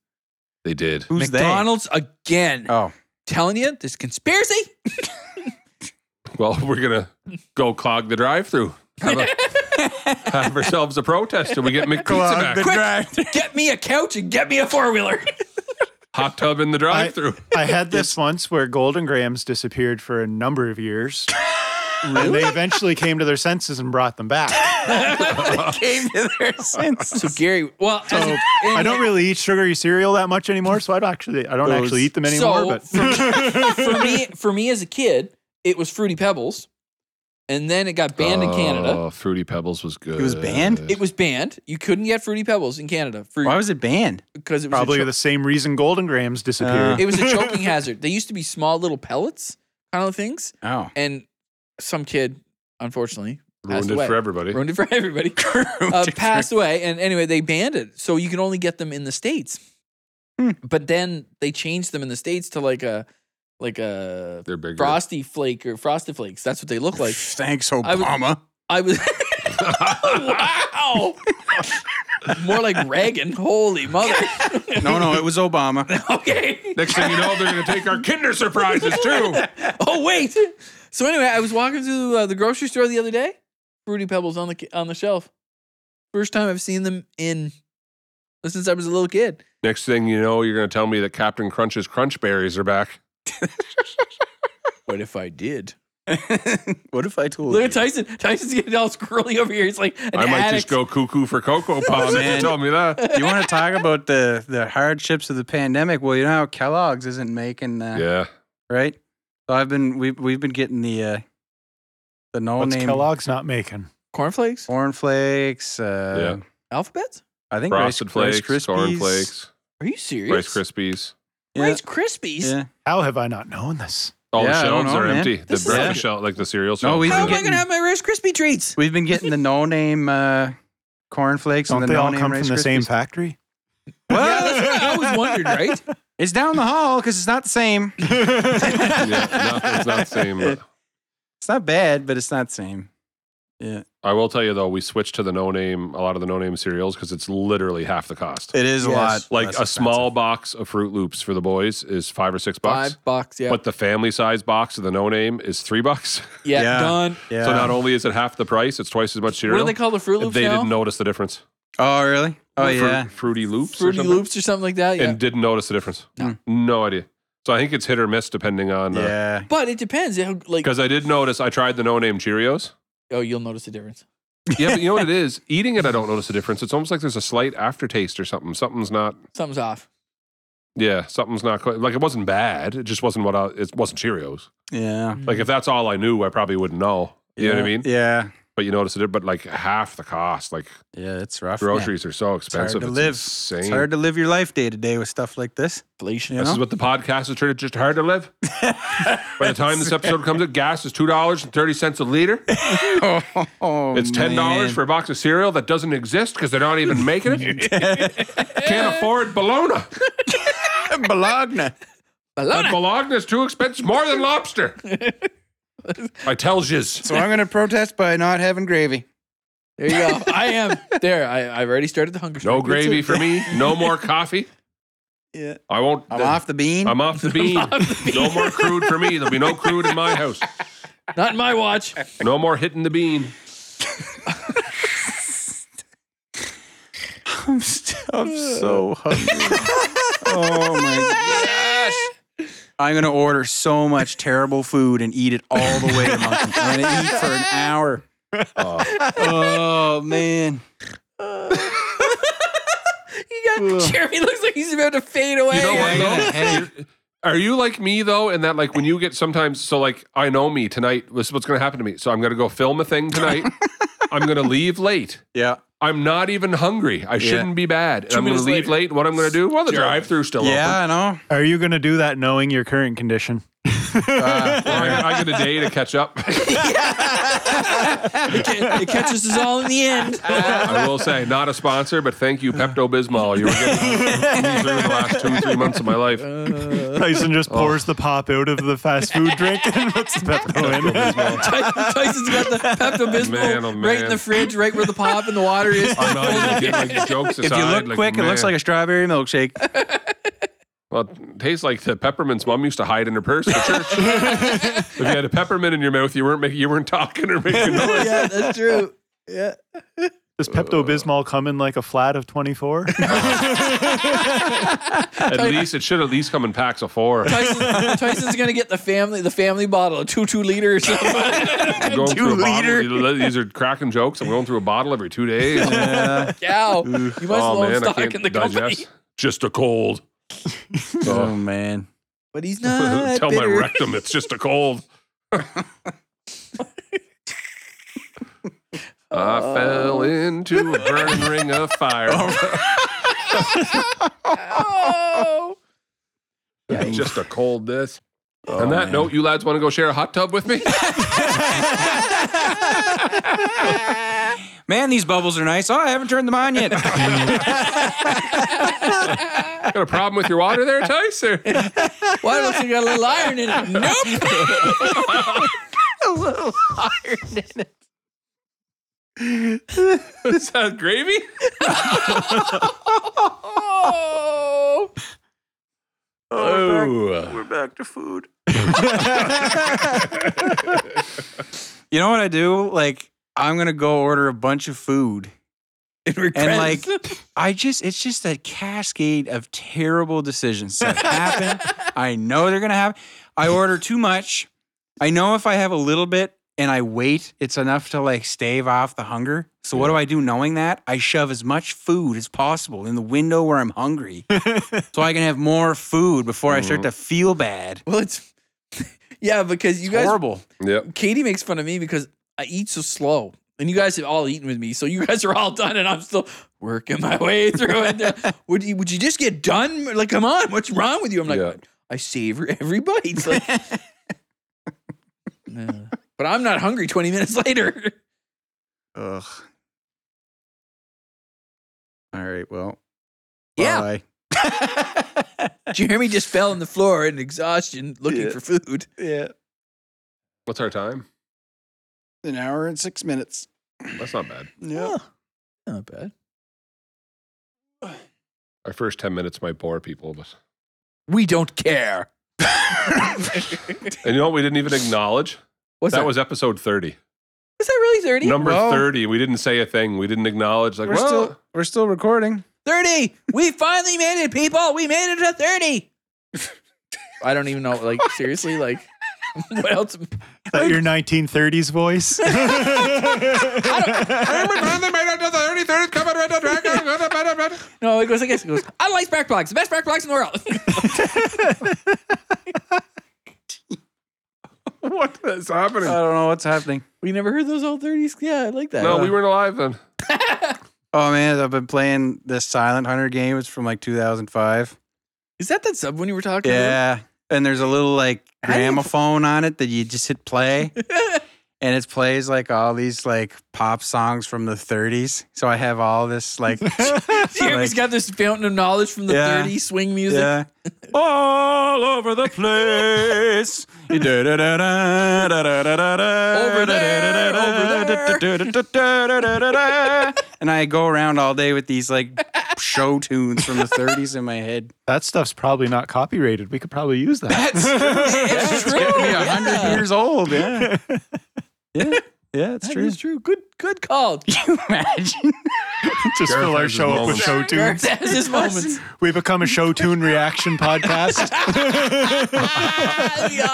Speaker 4: They did.
Speaker 3: Who's they?
Speaker 2: McDonald's again.
Speaker 3: Oh,
Speaker 2: Telling you this conspiracy.
Speaker 4: Well, we're gonna go clog the drive-through. Have, a- have ourselves a protest, and we get McPizza back.
Speaker 2: Quick, get me a couch and get me a four wheeler.
Speaker 4: Hot tub in the drive-through.
Speaker 5: I had this once where Golden Grams disappeared for a number of years. And they eventually came to their senses and brought them back.
Speaker 3: came to their senses.
Speaker 2: So Gary, well, as
Speaker 3: Oh,
Speaker 2: a-
Speaker 5: I don't really eat sugary cereal that much anymore, so I don't actually I don't
Speaker 3: Those-
Speaker 5: actually eat them anymore.
Speaker 2: So
Speaker 5: but
Speaker 2: for, for me, for me as a kid, it was Fruity Pebbles, and then it got banned in Canada.
Speaker 4: Oh, Fruity Pebbles was good.
Speaker 3: It was banned?
Speaker 2: It was banned. You couldn't get Fruity Pebbles in Canada
Speaker 3: Why
Speaker 2: for
Speaker 3: was it banned?
Speaker 2: because it was
Speaker 5: probably
Speaker 2: a
Speaker 5: the same reason Golden Grams disappeared.
Speaker 3: Uh,
Speaker 2: cho- it was a choking hazard. They used to be small little pellets kind of things,
Speaker 3: Oh,
Speaker 2: and some kid, unfortunately, passed
Speaker 4: Ruined it
Speaker 2: away.
Speaker 4: for everybody.
Speaker 2: Ruined it for everybody. uh, passed away, and anyway, they banned it, so you can only get them in the states.
Speaker 3: Hmm.
Speaker 2: But then they changed them in the states to like a like a
Speaker 4: They're bigger.
Speaker 2: frosty flake or frosted flakes. That's what they look like.
Speaker 3: Thanks,
Speaker 2: was-
Speaker 3: Obama.
Speaker 2: I was wow, more like Reagan. Holy mother!
Speaker 3: no, no, it was Obama.
Speaker 2: okay.
Speaker 4: Next thing you know, they're gonna take our Kinder surprises too.
Speaker 2: Oh wait. So anyway, I was walking through uh, the grocery store the other day. Fruity Pebbles on the on the shelf. First time I've seen them in uh, since I was a little kid.
Speaker 4: Next thing you know, you're gonna tell me that Captain Crunch's Crunch Berries are back.
Speaker 2: What if I did?
Speaker 3: what if I told
Speaker 2: Look
Speaker 3: you?
Speaker 2: at Tyson. Tyson's getting all squirrely over here. He's like an
Speaker 4: I might
Speaker 2: addict.
Speaker 4: just go cuckoo for Cocoa Pops if you
Speaker 3: man.
Speaker 4: tell me that.
Speaker 3: you want to talk about the, the hardships of the pandemic? Well, you know how Kellogg's isn't making, uh,
Speaker 4: Yeah.
Speaker 3: right? So I've been we've we've been getting the uh, the no
Speaker 5: What's
Speaker 3: name
Speaker 5: Kellogg's not making?
Speaker 2: cornflakes,
Speaker 3: corn flakes. Uh,
Speaker 2: alphabets.
Speaker 3: I think
Speaker 4: Frosted
Speaker 3: rice,
Speaker 4: Flakes,
Speaker 3: rice
Speaker 4: Corn
Speaker 3: Krispies.
Speaker 4: Flakes,
Speaker 2: Are you serious?
Speaker 4: Rice Krispies.
Speaker 3: Yeah,
Speaker 2: Rice Krispies.
Speaker 3: yeah.
Speaker 5: How have I not known this?
Speaker 4: All
Speaker 3: Yeah,
Speaker 4: the
Speaker 3: I don't
Speaker 4: shelves
Speaker 3: know,
Speaker 4: are
Speaker 3: man.
Speaker 4: empty. The
Speaker 2: This is-
Speaker 4: breakfast
Speaker 3: Yeah.
Speaker 4: shelf, like the cereal
Speaker 3: No,
Speaker 4: shelf.
Speaker 3: we've
Speaker 2: How am
Speaker 3: been
Speaker 2: I gonna have my Rice Krispie treats?
Speaker 3: We've been getting the no name uh, corn flakes and
Speaker 5: Don't
Speaker 3: the
Speaker 5: they
Speaker 3: no
Speaker 5: all
Speaker 3: name
Speaker 5: come
Speaker 3: rice
Speaker 5: from the same
Speaker 3: Krispies.
Speaker 5: factory?
Speaker 2: yeah, that's what I always wondered, right?
Speaker 3: It's down the hall because it's not the same.
Speaker 4: yeah, no, it's not the same. but-
Speaker 3: It's not bad, but it's not the same. Yeah,
Speaker 4: I will tell you though, we switched to the no name a lot of the no name cereals because it's literally half the cost.
Speaker 3: it is
Speaker 2: Yes.
Speaker 3: a lot.
Speaker 4: like
Speaker 3: less
Speaker 4: a
Speaker 3: expensive.
Speaker 4: small box of Fruit Loops for the boys is five or six bucks,
Speaker 2: Five bucks. Yeah.
Speaker 4: but the family size box of the no name is three bucks.
Speaker 2: yeah,
Speaker 3: Yeah.
Speaker 2: Done.
Speaker 3: Yeah.
Speaker 4: So not only is it half the price, it's twice as much
Speaker 2: What do
Speaker 4: cereal.
Speaker 2: they call the Fruit Loops
Speaker 4: they
Speaker 2: now?
Speaker 4: didn't notice the difference.
Speaker 3: oh really? Oh
Speaker 4: Fruit-
Speaker 3: yeah.
Speaker 4: Fruity Loops. or
Speaker 2: Fruity
Speaker 4: something,
Speaker 2: Loops or something like that. Yeah.
Speaker 4: And didn't notice the difference. Mm.
Speaker 2: No.
Speaker 4: No idea. So I think it's hit or miss depending on. uh
Speaker 3: Yeah.
Speaker 2: but it depends. It'll, like,
Speaker 4: Because I did notice I tried the no name Cheerios.
Speaker 2: oh, you'll notice the difference.
Speaker 4: Yeah, but you know what it is? Eating it, I don't notice the difference. It's almost like there's a slight aftertaste or something. Something's not.
Speaker 2: Something's off.
Speaker 4: Yeah, something's not quite like it wasn't bad. It just wasn't what I. It wasn't Cheerios.
Speaker 2: Hmm.
Speaker 3: Yeah.
Speaker 4: Like
Speaker 2: Mm-hmm.
Speaker 4: if that's all I knew, I probably wouldn't know. You know what I
Speaker 3: Yeah.
Speaker 4: mean?
Speaker 3: Yeah.
Speaker 4: But you notice it. But like half the cost. Like
Speaker 3: Yeah, it's rough. man.
Speaker 4: groceries are so expensive.
Speaker 3: to
Speaker 4: It's,
Speaker 3: live.
Speaker 4: insane.
Speaker 3: It's hard to live your life day to day with stuff like this.
Speaker 2: Inflation.
Speaker 3: You
Speaker 4: this
Speaker 3: know?
Speaker 4: is what the podcast is turned. Just hard to live. By the time this episode comes out, gas is two dollars and thirty cents a liter.
Speaker 3: Oh,
Speaker 4: It's ten dollars
Speaker 3: man.
Speaker 4: for a box of cereal that doesn't exist because they're not even making it. Can't afford bologna.
Speaker 3: Bologna.
Speaker 4: But bologna is too expensive, more than lobster. I tell yous.
Speaker 3: So I'm going to protest by not having gravy.
Speaker 2: There you go. I am there. I, I've already started the hunger.
Speaker 4: No
Speaker 2: strike. That's
Speaker 4: gravy
Speaker 2: it.
Speaker 4: for me. No more coffee.
Speaker 3: Yeah.
Speaker 4: I won't.
Speaker 3: I'm off the bean.
Speaker 4: I'm off the bean. No more crude for me. There'll be no crude in my house.
Speaker 2: Not in my watch.
Speaker 4: No more hitting the bean.
Speaker 3: I'm, st- I'm so hungry. oh my gosh. I'm going to order so much terrible food and eat it all the way to Moncton. I'm going to eat for an hour. Oh, man.
Speaker 2: You got Jeremy looks like he's about to fade away.
Speaker 4: You know
Speaker 3: I got
Speaker 4: what
Speaker 3: a headache.
Speaker 4: though? Are you like me though? In that, like, when you get sometimes, so like, I know me tonight. This is what's going to happen to me. So I'm going to go film a thing tonight. I'm going to leave late.
Speaker 3: Yeah.
Speaker 4: I'm not even hungry. I shouldn't be bad. And I'm going to
Speaker 2: minutes
Speaker 4: leave
Speaker 2: later.
Speaker 4: late. What I'm going to do? Well, the
Speaker 2: Sure.
Speaker 4: drive-through still open.
Speaker 3: Yeah, I know.
Speaker 5: Are you going to do that knowing your current condition?
Speaker 4: Well, I, I get a day to catch up.
Speaker 2: It, it catches us all in the end.
Speaker 4: I will say, not a sponsor, but thank you, Pepto Bismol. You were getting me through the last two, three months of my life.
Speaker 3: Uh,
Speaker 5: Tyson just pours the pop out of the fast food drink and puts the Pepto in.
Speaker 2: Ty- Tyson's got the Pepto
Speaker 4: Man,
Speaker 2: Bismol
Speaker 4: oh,
Speaker 2: right in
Speaker 4: man.
Speaker 2: the fridge, right where the pop and the water is.
Speaker 4: I'm not even kidding. Like, jokes aside,
Speaker 3: If you look
Speaker 4: like,
Speaker 3: quick, it looks
Speaker 4: man.
Speaker 3: like a strawberry milkshake.
Speaker 4: Well, it tastes like the peppermints mom used to hide in her purse at church. if you had a peppermint in your mouth, you weren't making, you weren't talking or making noise.
Speaker 2: yeah, that's true. Yeah.
Speaker 5: Does Pepto Bismol come in like a flat of 24?
Speaker 4: At least it should at least come in packs of four.
Speaker 2: Tyson, Tyson's gonna get the family the family bottle, a two two liter or something.
Speaker 4: I'm going through a
Speaker 3: liter.
Speaker 4: bottle. These are cracking jokes. I'm going through a bottle every two days.
Speaker 3: Uh,
Speaker 2: Cow. You must
Speaker 4: Oh
Speaker 2: own
Speaker 4: man, I
Speaker 2: stock
Speaker 4: can't
Speaker 2: in the
Speaker 4: digest.
Speaker 2: company.
Speaker 4: Just a cold.
Speaker 3: Oh,
Speaker 4: Oh.
Speaker 3: man.
Speaker 2: But he's not
Speaker 4: Tell my
Speaker 2: bitter.
Speaker 4: rectum it's just a cold. I fell into a burning ring of fire.
Speaker 2: Oh.
Speaker 4: just a cold this. On that note, you lads want to go share a hot tub with me?
Speaker 3: Man, these bubbles are nice. Oh, I haven't turned them on yet.
Speaker 4: Got a problem with your water there, Tyson?
Speaker 2: Why don't you got a little iron in it? Nope.
Speaker 4: Is that gravy?
Speaker 2: Oh.
Speaker 4: Oh,
Speaker 3: We're back to food. you know what I do? Like, I'm gonna go order a bunch of food. And like, I just, it's just a cascade of terrible decisions that happen. I know they're gonna happen. I order too much. I know if I have a little bit and I wait, it's enough to like stave off the hunger. So what do I do knowing that? I shove as much food as possible in the window where I'm hungry so I can have more food before I start to feel bad.
Speaker 2: Well, it's yeah, because you
Speaker 3: It's
Speaker 2: guys,
Speaker 3: horrible.
Speaker 4: Yep.
Speaker 2: Katie makes fun of me because I eat so slow, and you guys have all eaten with me, so you guys are all done, and I'm still working my way through it. uh, would you Would you just get done? Like, come on, what's wrong with you? I'm like,
Speaker 4: Yeah.
Speaker 2: I savor every bite. It's like- No. But I'm not hungry. Twenty minutes later,
Speaker 3: Ugh. All right. Well.
Speaker 2: Yeah.
Speaker 3: bye.
Speaker 2: Jeremy just fell on the floor in exhaustion, looking
Speaker 7: Yeah.
Speaker 2: for food.
Speaker 7: Yeah.
Speaker 4: What's our time?
Speaker 7: An hour and six minutes.
Speaker 4: That's not bad.
Speaker 7: Yeah.
Speaker 2: Not bad.
Speaker 4: Our first 10 minutes might bore people, but.
Speaker 2: We don't care.
Speaker 4: And you know what we didn't even acknowledge?
Speaker 2: What's
Speaker 4: that, was episode 30.
Speaker 2: Is that really thirty?
Speaker 4: Number
Speaker 3: Well-
Speaker 4: 30. We didn't say a thing. We didn't acknowledge, like,
Speaker 3: We're
Speaker 4: well,
Speaker 3: still we're still recording.
Speaker 2: 30. We finally made it, people. We made it to 30. I don't even know. Like, seriously, like, what else?
Speaker 5: Is that your 1930s voice?
Speaker 2: No, it goes like this. It goes, I like back blocks, the best back blocks in the world.
Speaker 4: what is
Speaker 3: I
Speaker 4: happening?
Speaker 3: don't know what's happening.
Speaker 2: we never heard those old 30s. Yeah, I like that.
Speaker 3: uh,
Speaker 4: no, we weren't alive then.
Speaker 3: Oh man, I've been playing this Silent Hunter game. It's from like 2005.
Speaker 2: Is that that sub when you were talking?
Speaker 3: Yeah, and there's a little like
Speaker 2: How do you-
Speaker 3: gramophone on it that you just hit play, and it plays like all these like pop songs from the 30s. So I have all this like
Speaker 2: Jeremy's
Speaker 3: Like-
Speaker 2: got this fountain of knowledge from the
Speaker 3: Yeah.
Speaker 2: 30s swing music.
Speaker 3: Yeah. All over the place. over
Speaker 2: there,
Speaker 3: And I go around all day with these like show tunes from the 30s in my head.
Speaker 5: that stuff's probably not copyrighted. We could probably use that.
Speaker 3: That's it's
Speaker 2: true,
Speaker 3: me a
Speaker 2: yeah.
Speaker 3: hundred years old. Yeah. Yeah. Yeah, it's
Speaker 2: That
Speaker 3: true.
Speaker 2: is true. Good, good call.
Speaker 3: you imagine?
Speaker 5: Just fill our
Speaker 4: Garth
Speaker 5: show up with
Speaker 4: Ennis'
Speaker 5: show
Speaker 2: Garth
Speaker 5: tunes.
Speaker 2: has his moments.
Speaker 5: We become a show tune reaction podcast.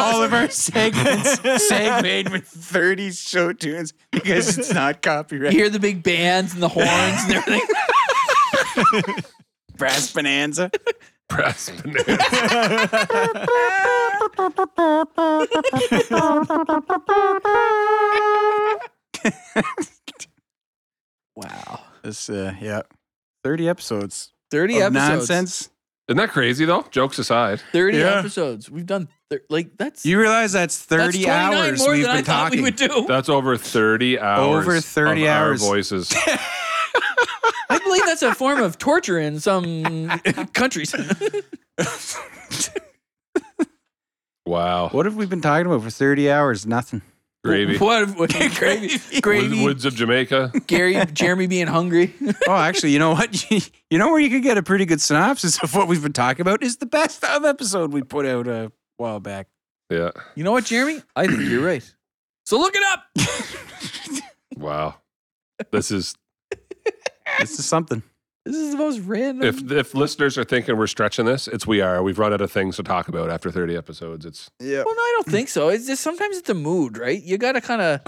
Speaker 3: All of our segments segmented with 30s show tunes because it's not
Speaker 2: You
Speaker 3: copyrighted.
Speaker 2: hear the big bands and the horns and everything.
Speaker 3: Brass Bonanza.
Speaker 4: Press.
Speaker 2: Wow.
Speaker 3: This, uh, yeah, thirty episodes
Speaker 2: 30
Speaker 3: of
Speaker 2: episodes.
Speaker 3: nonsense.
Speaker 4: Isn't that crazy though? Jokes aside,
Speaker 2: 30
Speaker 3: Yeah.
Speaker 2: episodes. We've done thir- like that's
Speaker 3: You realize that's
Speaker 2: that's
Speaker 3: thirty
Speaker 2: 29
Speaker 3: hours
Speaker 2: more
Speaker 3: we've
Speaker 2: than I
Speaker 3: been
Speaker 2: thought
Speaker 3: talking.
Speaker 2: we would do.
Speaker 4: that's over thirty hours.
Speaker 3: Over 30
Speaker 4: of our
Speaker 3: hours.
Speaker 4: voices.
Speaker 2: I believe that's a form of torture in some countries.
Speaker 4: Wow.
Speaker 3: What have we been talking about for thirty hours? Nothing.
Speaker 4: Gravy.
Speaker 2: What, what gravy?
Speaker 4: Woods,
Speaker 2: Gravy.
Speaker 4: woods of Jamaica.
Speaker 2: Gary, Jeremy being hungry.
Speaker 3: Oh, actually, you know what? you know where you could get a pretty good synopsis of what we've been talking about is the best of episode we put out a while back.
Speaker 4: Yeah.
Speaker 2: You know what, Jeremy? I think you're right. So look it up.
Speaker 4: Wow. This is
Speaker 3: This is something.
Speaker 2: This is the most random.
Speaker 4: if if listeners are thinking we're stretching this, it's we are. We've run out of things to talk about after thirty episodes. It's
Speaker 7: Yeah.
Speaker 2: well, no, I don't think so. It's just sometimes it's the mood, right? You gotta kind of,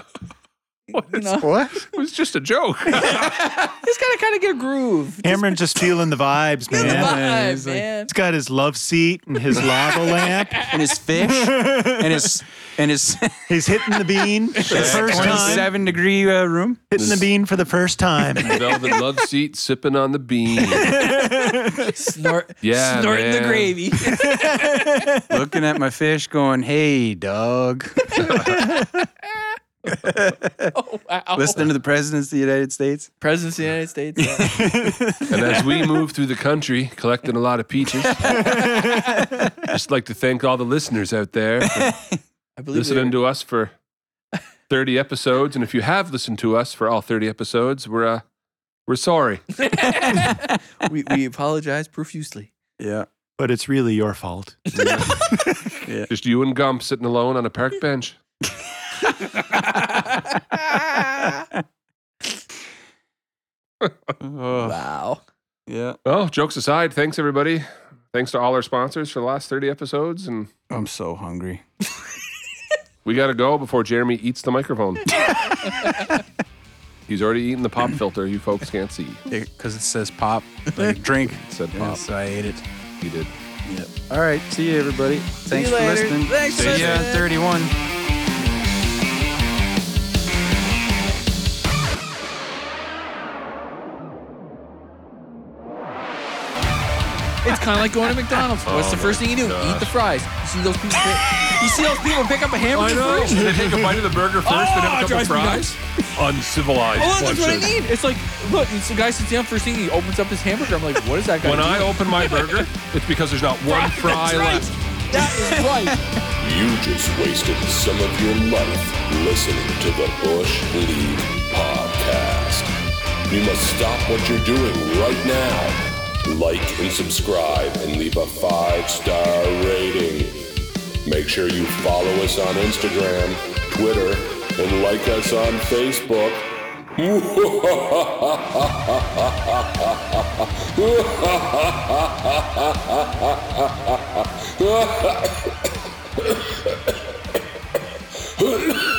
Speaker 2: you know,
Speaker 5: what?
Speaker 4: it was just a joke.
Speaker 2: just gotta kind of get a groove.
Speaker 5: Cameron just feeling the vibes,
Speaker 2: Feel
Speaker 5: man.
Speaker 2: the
Speaker 3: Yeah,
Speaker 2: vibe,
Speaker 3: it's like-
Speaker 2: man.
Speaker 5: He's got his love seat and his lava lamp.
Speaker 3: And his fish and his and his
Speaker 5: He's hitting the bean for the first time.
Speaker 3: twenty-seven degree uh, room.
Speaker 5: Hitting the bean for the first time.
Speaker 4: Velvet love seat, sipping on the bean.
Speaker 2: Snort,
Speaker 4: Yeah,
Speaker 2: snorting the
Speaker 4: man.
Speaker 2: gravy.
Speaker 3: looking at my fish, going, "Hey, dog!"
Speaker 2: oh wow.
Speaker 3: Listening to the presidents of the United States.
Speaker 2: Presidents of the United States. yeah.
Speaker 4: And as we move through the country, collecting a lot of peaches, just like to thank all the listeners out there for
Speaker 2: I believe they
Speaker 4: listening
Speaker 2: were-
Speaker 4: to us for 30 episodes. And if you have listened to us for all 30 episodes, we're uh, we're sorry.
Speaker 2: we, we apologize profusely.
Speaker 3: Yeah,
Speaker 5: but it's really your fault.
Speaker 4: Just you and Gump sitting alone on a park bench.
Speaker 3: Oh.
Speaker 2: Wow.
Speaker 3: yeah.
Speaker 4: Well, jokes aside, thanks everybody. Thanks to all our sponsors for the last 30 episodes. And
Speaker 3: I'm so hungry.
Speaker 4: We got to go before Jeremy eats the microphone. He's already eaten the pop filter. You folks can't see.
Speaker 3: Because it says pop, like drink.
Speaker 4: It said
Speaker 3: Yeah,
Speaker 4: pop.
Speaker 3: so I ate it.
Speaker 4: He did.
Speaker 3: All right. See you, everybody. Thanks
Speaker 2: you
Speaker 3: for
Speaker 2: later.
Speaker 3: listening.
Speaker 2: Thanks for
Speaker 3: see ya
Speaker 2: listening.
Speaker 3: 31.
Speaker 2: It's kind of like going to McDonald's. What's
Speaker 4: Oh
Speaker 2: the first thing you do? Eat the fries. You see those people? Pick, you see those people pick up a hamburger first?
Speaker 4: They take a bite of the burger first,
Speaker 2: Oh,
Speaker 4: then have a couple
Speaker 2: drives me
Speaker 4: fries. Uncivilized.
Speaker 2: Oh, that's what I
Speaker 4: lunches.
Speaker 2: need. It's like, look, it's the guy sits down first thing. He opens up his hamburger. I'm like, what is that guy?
Speaker 4: When
Speaker 2: doing?
Speaker 4: I open my burger, it's because there's not one fry left.
Speaker 2: that is right.
Speaker 1: You just wasted some of your life listening to the Bush League podcast. You must stop what you're doing right now. Like and subscribe and leave a five star rating. Make sure you follow us on Instagram, Twitter, and like us on Facebook.